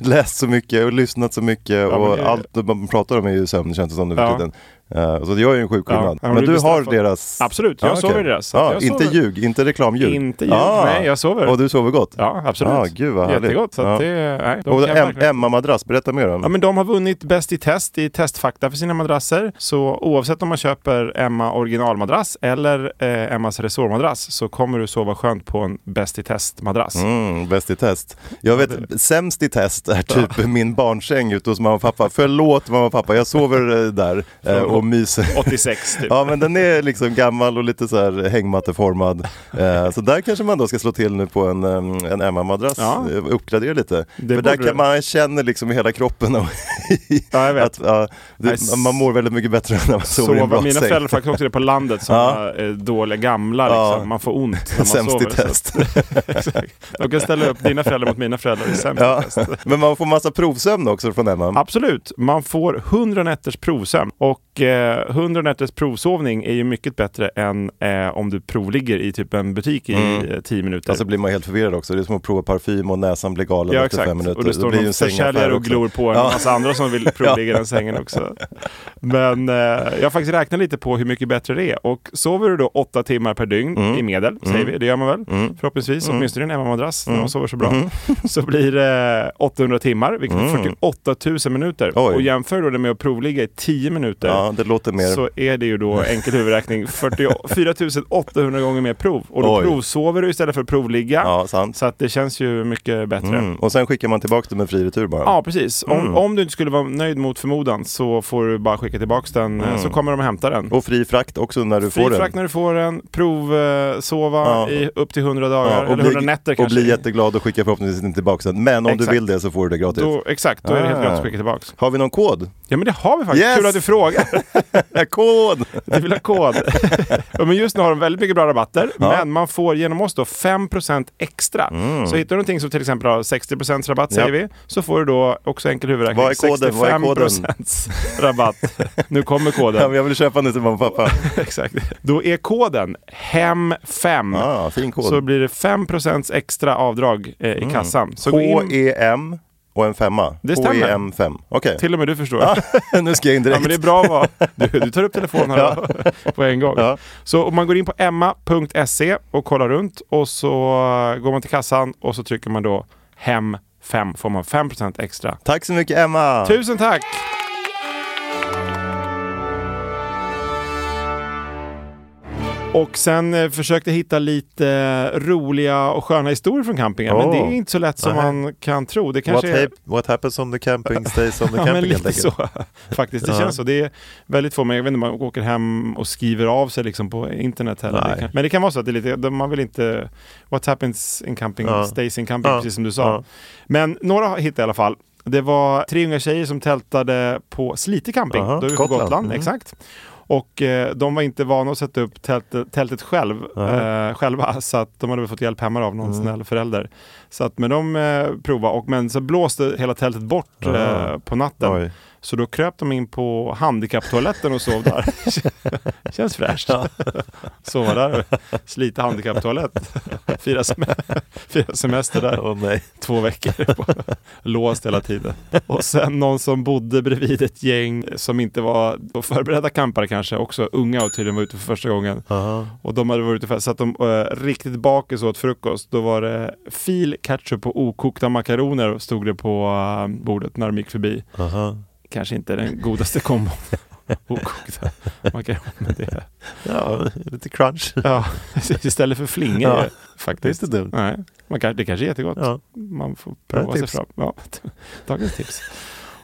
Speaker 2: läst så mycket och lyssnat så mycket
Speaker 1: men
Speaker 2: och
Speaker 1: det-
Speaker 2: allt man pratar om är ju sömn känns det som nu för
Speaker 1: Ja.
Speaker 2: tiden. Eh, så det gör ju en sjuk
Speaker 1: Ja.
Speaker 2: skillnad.
Speaker 1: Ja, men
Speaker 2: men
Speaker 1: du
Speaker 2: du har
Speaker 1: bestraffar-
Speaker 2: deras?
Speaker 1: Absolut, jag sover i deras, så att
Speaker 2: Ja,
Speaker 1: jag
Speaker 2: inte
Speaker 1: sover.
Speaker 2: ljug, inte reklamljug.
Speaker 1: Inte ljug, nej, jag sover.
Speaker 2: Och du sover gott?
Speaker 1: Ja, absolut.
Speaker 2: Ja, gud vad härligt.
Speaker 1: Jättegott. Så att
Speaker 2: Ja.
Speaker 1: det, nej, de
Speaker 2: och
Speaker 1: kan
Speaker 2: em,
Speaker 1: verkligen-
Speaker 2: Emma Madrass, berätta mer om.
Speaker 1: Ja, men de har vunnit Bäst i test i testfakta för sina madrasser. Så oavsett om man köper Emma originalmadrass eller eh, Emmas resårmadrass så kommer du sova skönt på en Bäst i test-madrass.
Speaker 2: Mm, bäst i test. Jag vet, sämst i test är typ min barnsäng ute hos mamma och pappa. Förlåt mamma och pappa, jag sover eh, där eh, och myser.
Speaker 1: 86 typ.
Speaker 2: Ja men den är liksom gammal och lite så här hängmatteformad. Eh, så där kanske man då ska slå till nu på en, em, en Emma-madrass,
Speaker 1: Ja.
Speaker 2: eh, uppgradera lite.
Speaker 1: Det
Speaker 2: För där
Speaker 1: borde
Speaker 2: kan man känna liksom i hela kroppen och
Speaker 1: Ja, jag vet.
Speaker 2: att ja,
Speaker 1: Nej,
Speaker 2: det, man mår väldigt mycket bättre när man sover i en
Speaker 1: sova.
Speaker 2: bra
Speaker 1: Mina
Speaker 2: säng.
Speaker 1: föräldrar faktiskt också det på landet som
Speaker 2: Ja.
Speaker 1: var eh, dåliga gamla. Liksom.
Speaker 2: Ja.
Speaker 1: Man får ont när man
Speaker 2: Sämst i
Speaker 1: sover. så att-
Speaker 2: test.
Speaker 1: Exakt. De kan ställa upp dina föräldrar mot mina föräldrar i sämst i
Speaker 2: Ja.
Speaker 1: test.
Speaker 2: Men man får massa provsömn också från Emma.
Speaker 1: Absolut, man får 100 nätters provsömn och Och eh, 100 nätters provsovning är ju mycket bättre än eh, om du provligger i typ en butik i
Speaker 2: Mm.
Speaker 1: eh, 10 minuter.
Speaker 2: Alltså blir man helt förvirrad också. Det är som att prova parfym och näsan blir galen
Speaker 1: Ja
Speaker 2: efter
Speaker 1: exakt,
Speaker 2: fem minuter.
Speaker 1: och det står
Speaker 2: blir ju
Speaker 1: någon
Speaker 2: sängaffär
Speaker 1: försäljare och
Speaker 2: också.
Speaker 1: glor på en
Speaker 2: Ja.
Speaker 1: massa andra som vill provligga den sängen också. Men eh, jag har faktiskt räknat lite på hur mycket bättre det är och sover du då åtta timmar per dygn i medel, säger vi, det gör man väl förhoppningsvis,
Speaker 2: Mm.
Speaker 1: åtminstone i en hemmamadrass när
Speaker 2: Mm.
Speaker 1: man sover så bra,
Speaker 2: Mm.
Speaker 1: så blir det 800 timmar, vilket är
Speaker 2: Mm.
Speaker 1: 48 000 minuter.
Speaker 2: Oj.
Speaker 1: Och jämför då det med att provligga i 10 minuter
Speaker 2: Ja, det låter mer...
Speaker 1: så är det ju då enkel huvudräkning 44 800 gånger mer prov. Och då
Speaker 2: Oj.
Speaker 1: provsover du istället för att provligga.
Speaker 2: Ja, sant.
Speaker 1: Så att det känns ju mycket bättre.
Speaker 2: Mm. Och sen skickar man tillbaka det med fri retur bara.
Speaker 1: Ja, precis. Om,
Speaker 2: Mm.
Speaker 1: om du inte skulle vara nöjd mot förmodan så får du bara skicka tillbaka den eh,
Speaker 2: Mm.
Speaker 1: så kommer de och hämtar den.
Speaker 2: Och fri frakt också när du
Speaker 1: Fri
Speaker 2: får
Speaker 1: frakt
Speaker 2: den.
Speaker 1: när du får den, provsova
Speaker 2: Ja.
Speaker 1: i upp till 100 dagar
Speaker 2: och
Speaker 1: eller 100 nätter
Speaker 2: och
Speaker 1: kanske.
Speaker 2: bli jätteglad och skicka förhoppningsvis inte tillbaka den. Men om
Speaker 1: Exakt.
Speaker 2: du vill det så får du det gratis.
Speaker 1: då, exakt, då är det helt
Speaker 2: Ah.
Speaker 1: gratis att skicka tillbaka.
Speaker 2: Har vi någon kod?
Speaker 1: Ja men det har vi faktiskt,
Speaker 2: Yes!
Speaker 1: kul att du frågar.
Speaker 2: kod!
Speaker 1: Du vill ha kod. Ja, men just nu har de väldigt mycket bra rabatter,
Speaker 2: Ja.
Speaker 1: men man får genom oss då 5% extra.
Speaker 2: Mm.
Speaker 1: Så hittar du någonting som till exempel har 60% rabatt
Speaker 2: Ja.
Speaker 1: säger vi, så får du då också enkel huvudräkning
Speaker 2: Vad är koden? Vad är koden?
Speaker 1: 65% rabatt. Nu kommer koden.
Speaker 2: Ja, men jag vill köpa den till mamma och pappa.
Speaker 1: Exakt. Då är koden HEM5.
Speaker 2: Ah, fin kod. Mm.
Speaker 1: Så blir det 5% extra avdrag eh, i kassan. Så gå in,
Speaker 2: H-E-M E och en femma.
Speaker 1: Det stämmer.
Speaker 2: H-E-M 5. Okej.
Speaker 1: till och med du förstår.
Speaker 2: nu ska jag in
Speaker 1: Ja,
Speaker 2: direkt.
Speaker 1: men det är bra att vara. Du, du tar upp telefonen här då, på en gång.
Speaker 2: Ja.
Speaker 1: Så om man går in på emma.se och kollar runt och så går man till kassan och så trycker man då hem 5 får man 5% extra.
Speaker 2: Tack så mycket Emma!
Speaker 1: Tusen tack! Och sen eh, försökte jag hitta lite eh, roliga och sköna historier från campingen. Men
Speaker 2: Åh.
Speaker 1: det är inte så lätt som
Speaker 2: Nej.
Speaker 1: man kan tro. Det
Speaker 2: What,
Speaker 1: kanske är...
Speaker 2: hap- what happens on the camping stays on the
Speaker 1: Ja, men
Speaker 2: camping
Speaker 1: lite
Speaker 2: helt enkelt.
Speaker 1: så faktiskt. Det
Speaker 2: Ja.
Speaker 1: känns så. Det är väldigt få, men jag vet inte, man åker hem och skriver av sig liksom på internet heller. Det
Speaker 2: Nej.
Speaker 1: kan, men det kan vara så att det är lite, de- man vill inte, what happens in camping
Speaker 2: Ja.
Speaker 1: stays in camping,
Speaker 2: Ja.
Speaker 1: precis som du sa.
Speaker 2: Ja.
Speaker 1: Men några hittade jag i alla fall. Det var tre unga tjejer som tältade på Slite camping,
Speaker 2: Aha,
Speaker 1: då är vi på Gotland,
Speaker 2: Gotland. Mm.
Speaker 1: exakt. Och eh, de var inte vana att sätta upp tältet, tältet själv,
Speaker 2: Nej. Mm.
Speaker 1: eh, själva, så att de hade väl fått hjälp hemma av någon snäll förälder. Så att, men de eh, provade, och, men så blåste hela tältet bort
Speaker 2: Aha.
Speaker 1: eh, på natten.
Speaker 2: Oj.
Speaker 1: Så då kröp de in på handikapptoaletten och sov där. Känns fräscht. Sova där, slita handikapptoalett. Fira, sem fira semester där
Speaker 2: Åh nej.
Speaker 1: två veckor. På. Låst hela tiden. Och sen någon som bodde bredvid ett gäng som inte var förberedda campare kanske, också unga och tydligen var ute för första gången. Och de hade varit ute för, så att de eh, riktigt bakis åt frukost. Då var det fil, ketchup och okokta makaroner stod det på eh, bordet när de gick förbi
Speaker 2: Aha.
Speaker 1: kanske inte den godaste kombon. Okokta makaroner. men det-
Speaker 2: Ja, lite crunch.
Speaker 1: Ja, istället för flingor
Speaker 2: Ja.
Speaker 1: ju,
Speaker 2: Det är
Speaker 1: faktiskt.
Speaker 2: inte dumt.
Speaker 1: Nej, man kan, det kanske är jättegott.
Speaker 2: Ja.
Speaker 1: Man får prova sig
Speaker 2: tips.
Speaker 1: fram. Ja, dagens tips.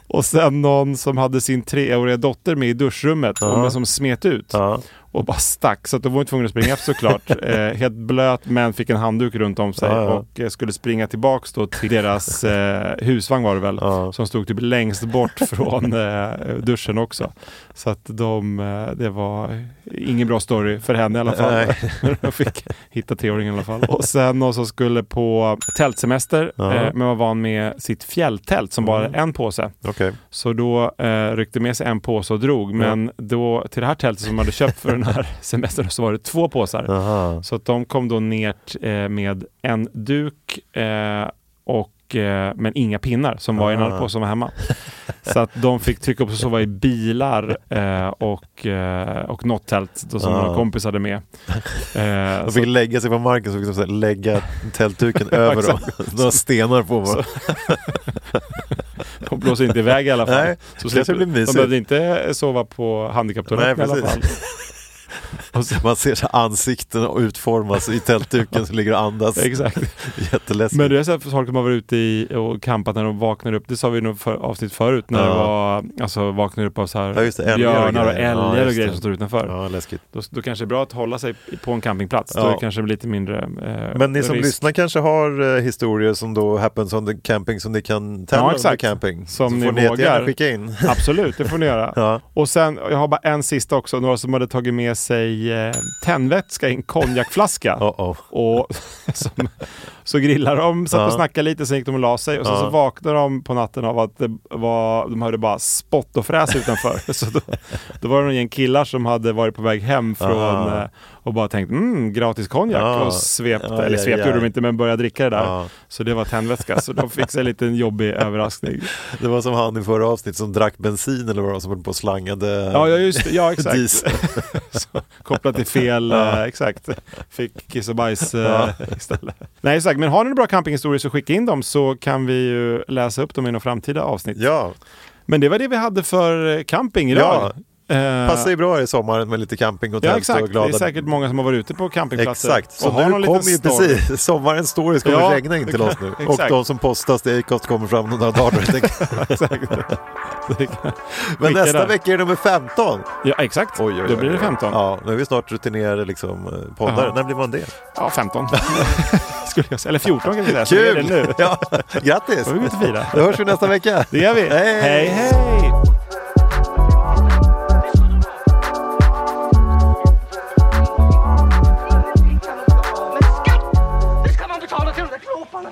Speaker 1: Och sen någon som hade sin treåriga dotter med i duschrummet,
Speaker 2: Ja.
Speaker 1: men som smet ut
Speaker 2: Ja.
Speaker 1: och bara stack. Så att de var ju tvungna att springa efter såklart. eh, helt blöt men fick en handduk runt om sig
Speaker 2: Ja, ja.
Speaker 1: och eh, skulle springa tillbaks då till deras eh, husvagn var det väl.
Speaker 2: Ja.
Speaker 1: Som stod typ längst bort från eh, duschen också. Så att de, eh, det var ingen bra story för henne i alla fall. de fick hitta treåringen i alla fall. Och sen någon som skulle på tältsemester
Speaker 2: Ja.
Speaker 1: eh, men var van med sitt fjälltält som bara
Speaker 2: Mm.
Speaker 1: en påse.
Speaker 2: Okej.
Speaker 1: Så då eh, ryckte med sig en påse och drog, men då till det här tältet som de hade köpt för den här semestern så var det två påsar.
Speaker 2: Aha.
Speaker 1: Så att de kom då ner t- eh, med en duk eh, och eh, men inga pinnar som var i en annan
Speaker 2: Ah.
Speaker 1: påse som var hemma. Så att de fick trycka upp och sova i bilar eh, och, eh, och något tält då, som
Speaker 2: Ah.
Speaker 1: några kompis hade med. Eh,
Speaker 2: De
Speaker 1: så
Speaker 2: fick lägga sig på marken så fick de så här lägga tältduken över dem. Några stenar på varandra.
Speaker 1: de blåser inte iväg i alla fall.
Speaker 2: Nej,
Speaker 1: så
Speaker 2: kanske
Speaker 1: släpper,
Speaker 2: blir
Speaker 1: de
Speaker 2: mysigt.
Speaker 1: behövde inte sova på handikapptoaletten i
Speaker 2: Nej,
Speaker 1: alla fall.
Speaker 2: precis.
Speaker 1: Och så,
Speaker 2: Man ser så här ansikten utformas i tältduken som ligger och andas.
Speaker 1: exakt.
Speaker 2: Jätteläskigt.
Speaker 1: Men det är så här för folk som har varit ute i och campat när de vaknar upp. Det sa vi i något för, avsnitt förut när det
Speaker 2: Ja.
Speaker 1: var, alltså vaknar upp av så här
Speaker 2: Ja, just det, älgar och
Speaker 1: björnar och
Speaker 2: grejer. Ja,
Speaker 1: älgar och
Speaker 2: just
Speaker 1: grejer
Speaker 2: det.
Speaker 1: som står utanför.
Speaker 2: Ja, läskigt.
Speaker 1: Då, då kanske det är bra att hålla sig på en campingplats. Då
Speaker 2: Ja.
Speaker 1: är det kanske lite mindre eh,
Speaker 2: Men ni som
Speaker 1: risk.
Speaker 2: lyssnar kanske har eh, historier som då happens on the camping som ni kan
Speaker 1: Ja,
Speaker 2: tävla om under
Speaker 1: exakt.
Speaker 2: camping.
Speaker 1: Som
Speaker 2: så
Speaker 1: ni
Speaker 2: får ni
Speaker 1: vågar.
Speaker 2: jättegärna skicka in.
Speaker 1: Absolut, det får ni göra.
Speaker 2: Ja.
Speaker 1: Och sen, jag har bara en sista också, några som hade tagit med sig i eh, tändvätska i en konjakflaska. och som, så grillade de, satt
Speaker 2: Ja.
Speaker 1: och snackade lite, sen gick de och la sig och sen
Speaker 2: Ja.
Speaker 1: så vaknade de på natten av att det var, de hörde bara spott och fräs utanför. så då, då var det någon gäng killar som hade varit på väg hem från
Speaker 2: Ah.
Speaker 1: eh, och bara tänkt mm, gratis konjak
Speaker 2: Ah.
Speaker 1: och svepte,
Speaker 2: Ja,
Speaker 1: eller
Speaker 2: ja,
Speaker 1: svepte
Speaker 2: ja.
Speaker 1: gjorde de inte men började dricka det där.
Speaker 2: Ja.
Speaker 1: Så det var tändvätska, så de fick sig en liten jobbig överraskning.
Speaker 2: Det var som han i förra avsnittet som drack bensin eller vad det var som höll på och slangade
Speaker 1: Ja, ja just det. Ja, exakt.
Speaker 2: diesel.
Speaker 1: Så, kopplat till fel,
Speaker 2: Ja.
Speaker 1: eh, exakt. Fick kiss och bajs eh,
Speaker 2: Ja.
Speaker 1: istället. Nej, exakt. Men har ni några bra campinghistorier så skicka in dem så kan vi ju läsa upp dem i några framtida avsnitt.
Speaker 2: Ja.
Speaker 1: Men det var det vi hade för eh, camping idag. Eh,
Speaker 2: Passar ju bra i sommaren med lite camping och tält
Speaker 1: Ja, exakt.
Speaker 2: och
Speaker 1: Det
Speaker 2: glada.
Speaker 1: är säkert många som har varit ute på campingplatser.
Speaker 2: Exakt, så
Speaker 1: och har någon
Speaker 2: nu
Speaker 1: liten
Speaker 2: kommer ju
Speaker 1: story.
Speaker 2: precis, sommarens stories kommer
Speaker 1: Ja,
Speaker 2: regna in till oss nu. Och
Speaker 1: exakt.
Speaker 2: de som postas till Acast kommer fram några dagar. helt enkelt. Men
Speaker 1: Skicka
Speaker 2: nästa
Speaker 1: där.
Speaker 2: vecka är det nummer 15.
Speaker 1: Ja, exakt.
Speaker 2: Oj, oj, oj,
Speaker 1: Då blir det
Speaker 2: oj.
Speaker 1: 15.
Speaker 2: Ja, nu är vi snart rutinerade liksom, eh, poddare.
Speaker 1: Ja.
Speaker 2: När blir man det?
Speaker 1: Ja, 15. Skulle jag säga. Eller 14 kan vi säga. Så är det
Speaker 2: Kul!
Speaker 1: nu.
Speaker 2: Ja, grattis!
Speaker 1: Då är vi ute och firar.
Speaker 2: Då hörs vi nästa vecka.
Speaker 1: Det gör vi.
Speaker 2: Hej!
Speaker 1: hej! hej.
Speaker 5: Det ska man betala till de där klåparna!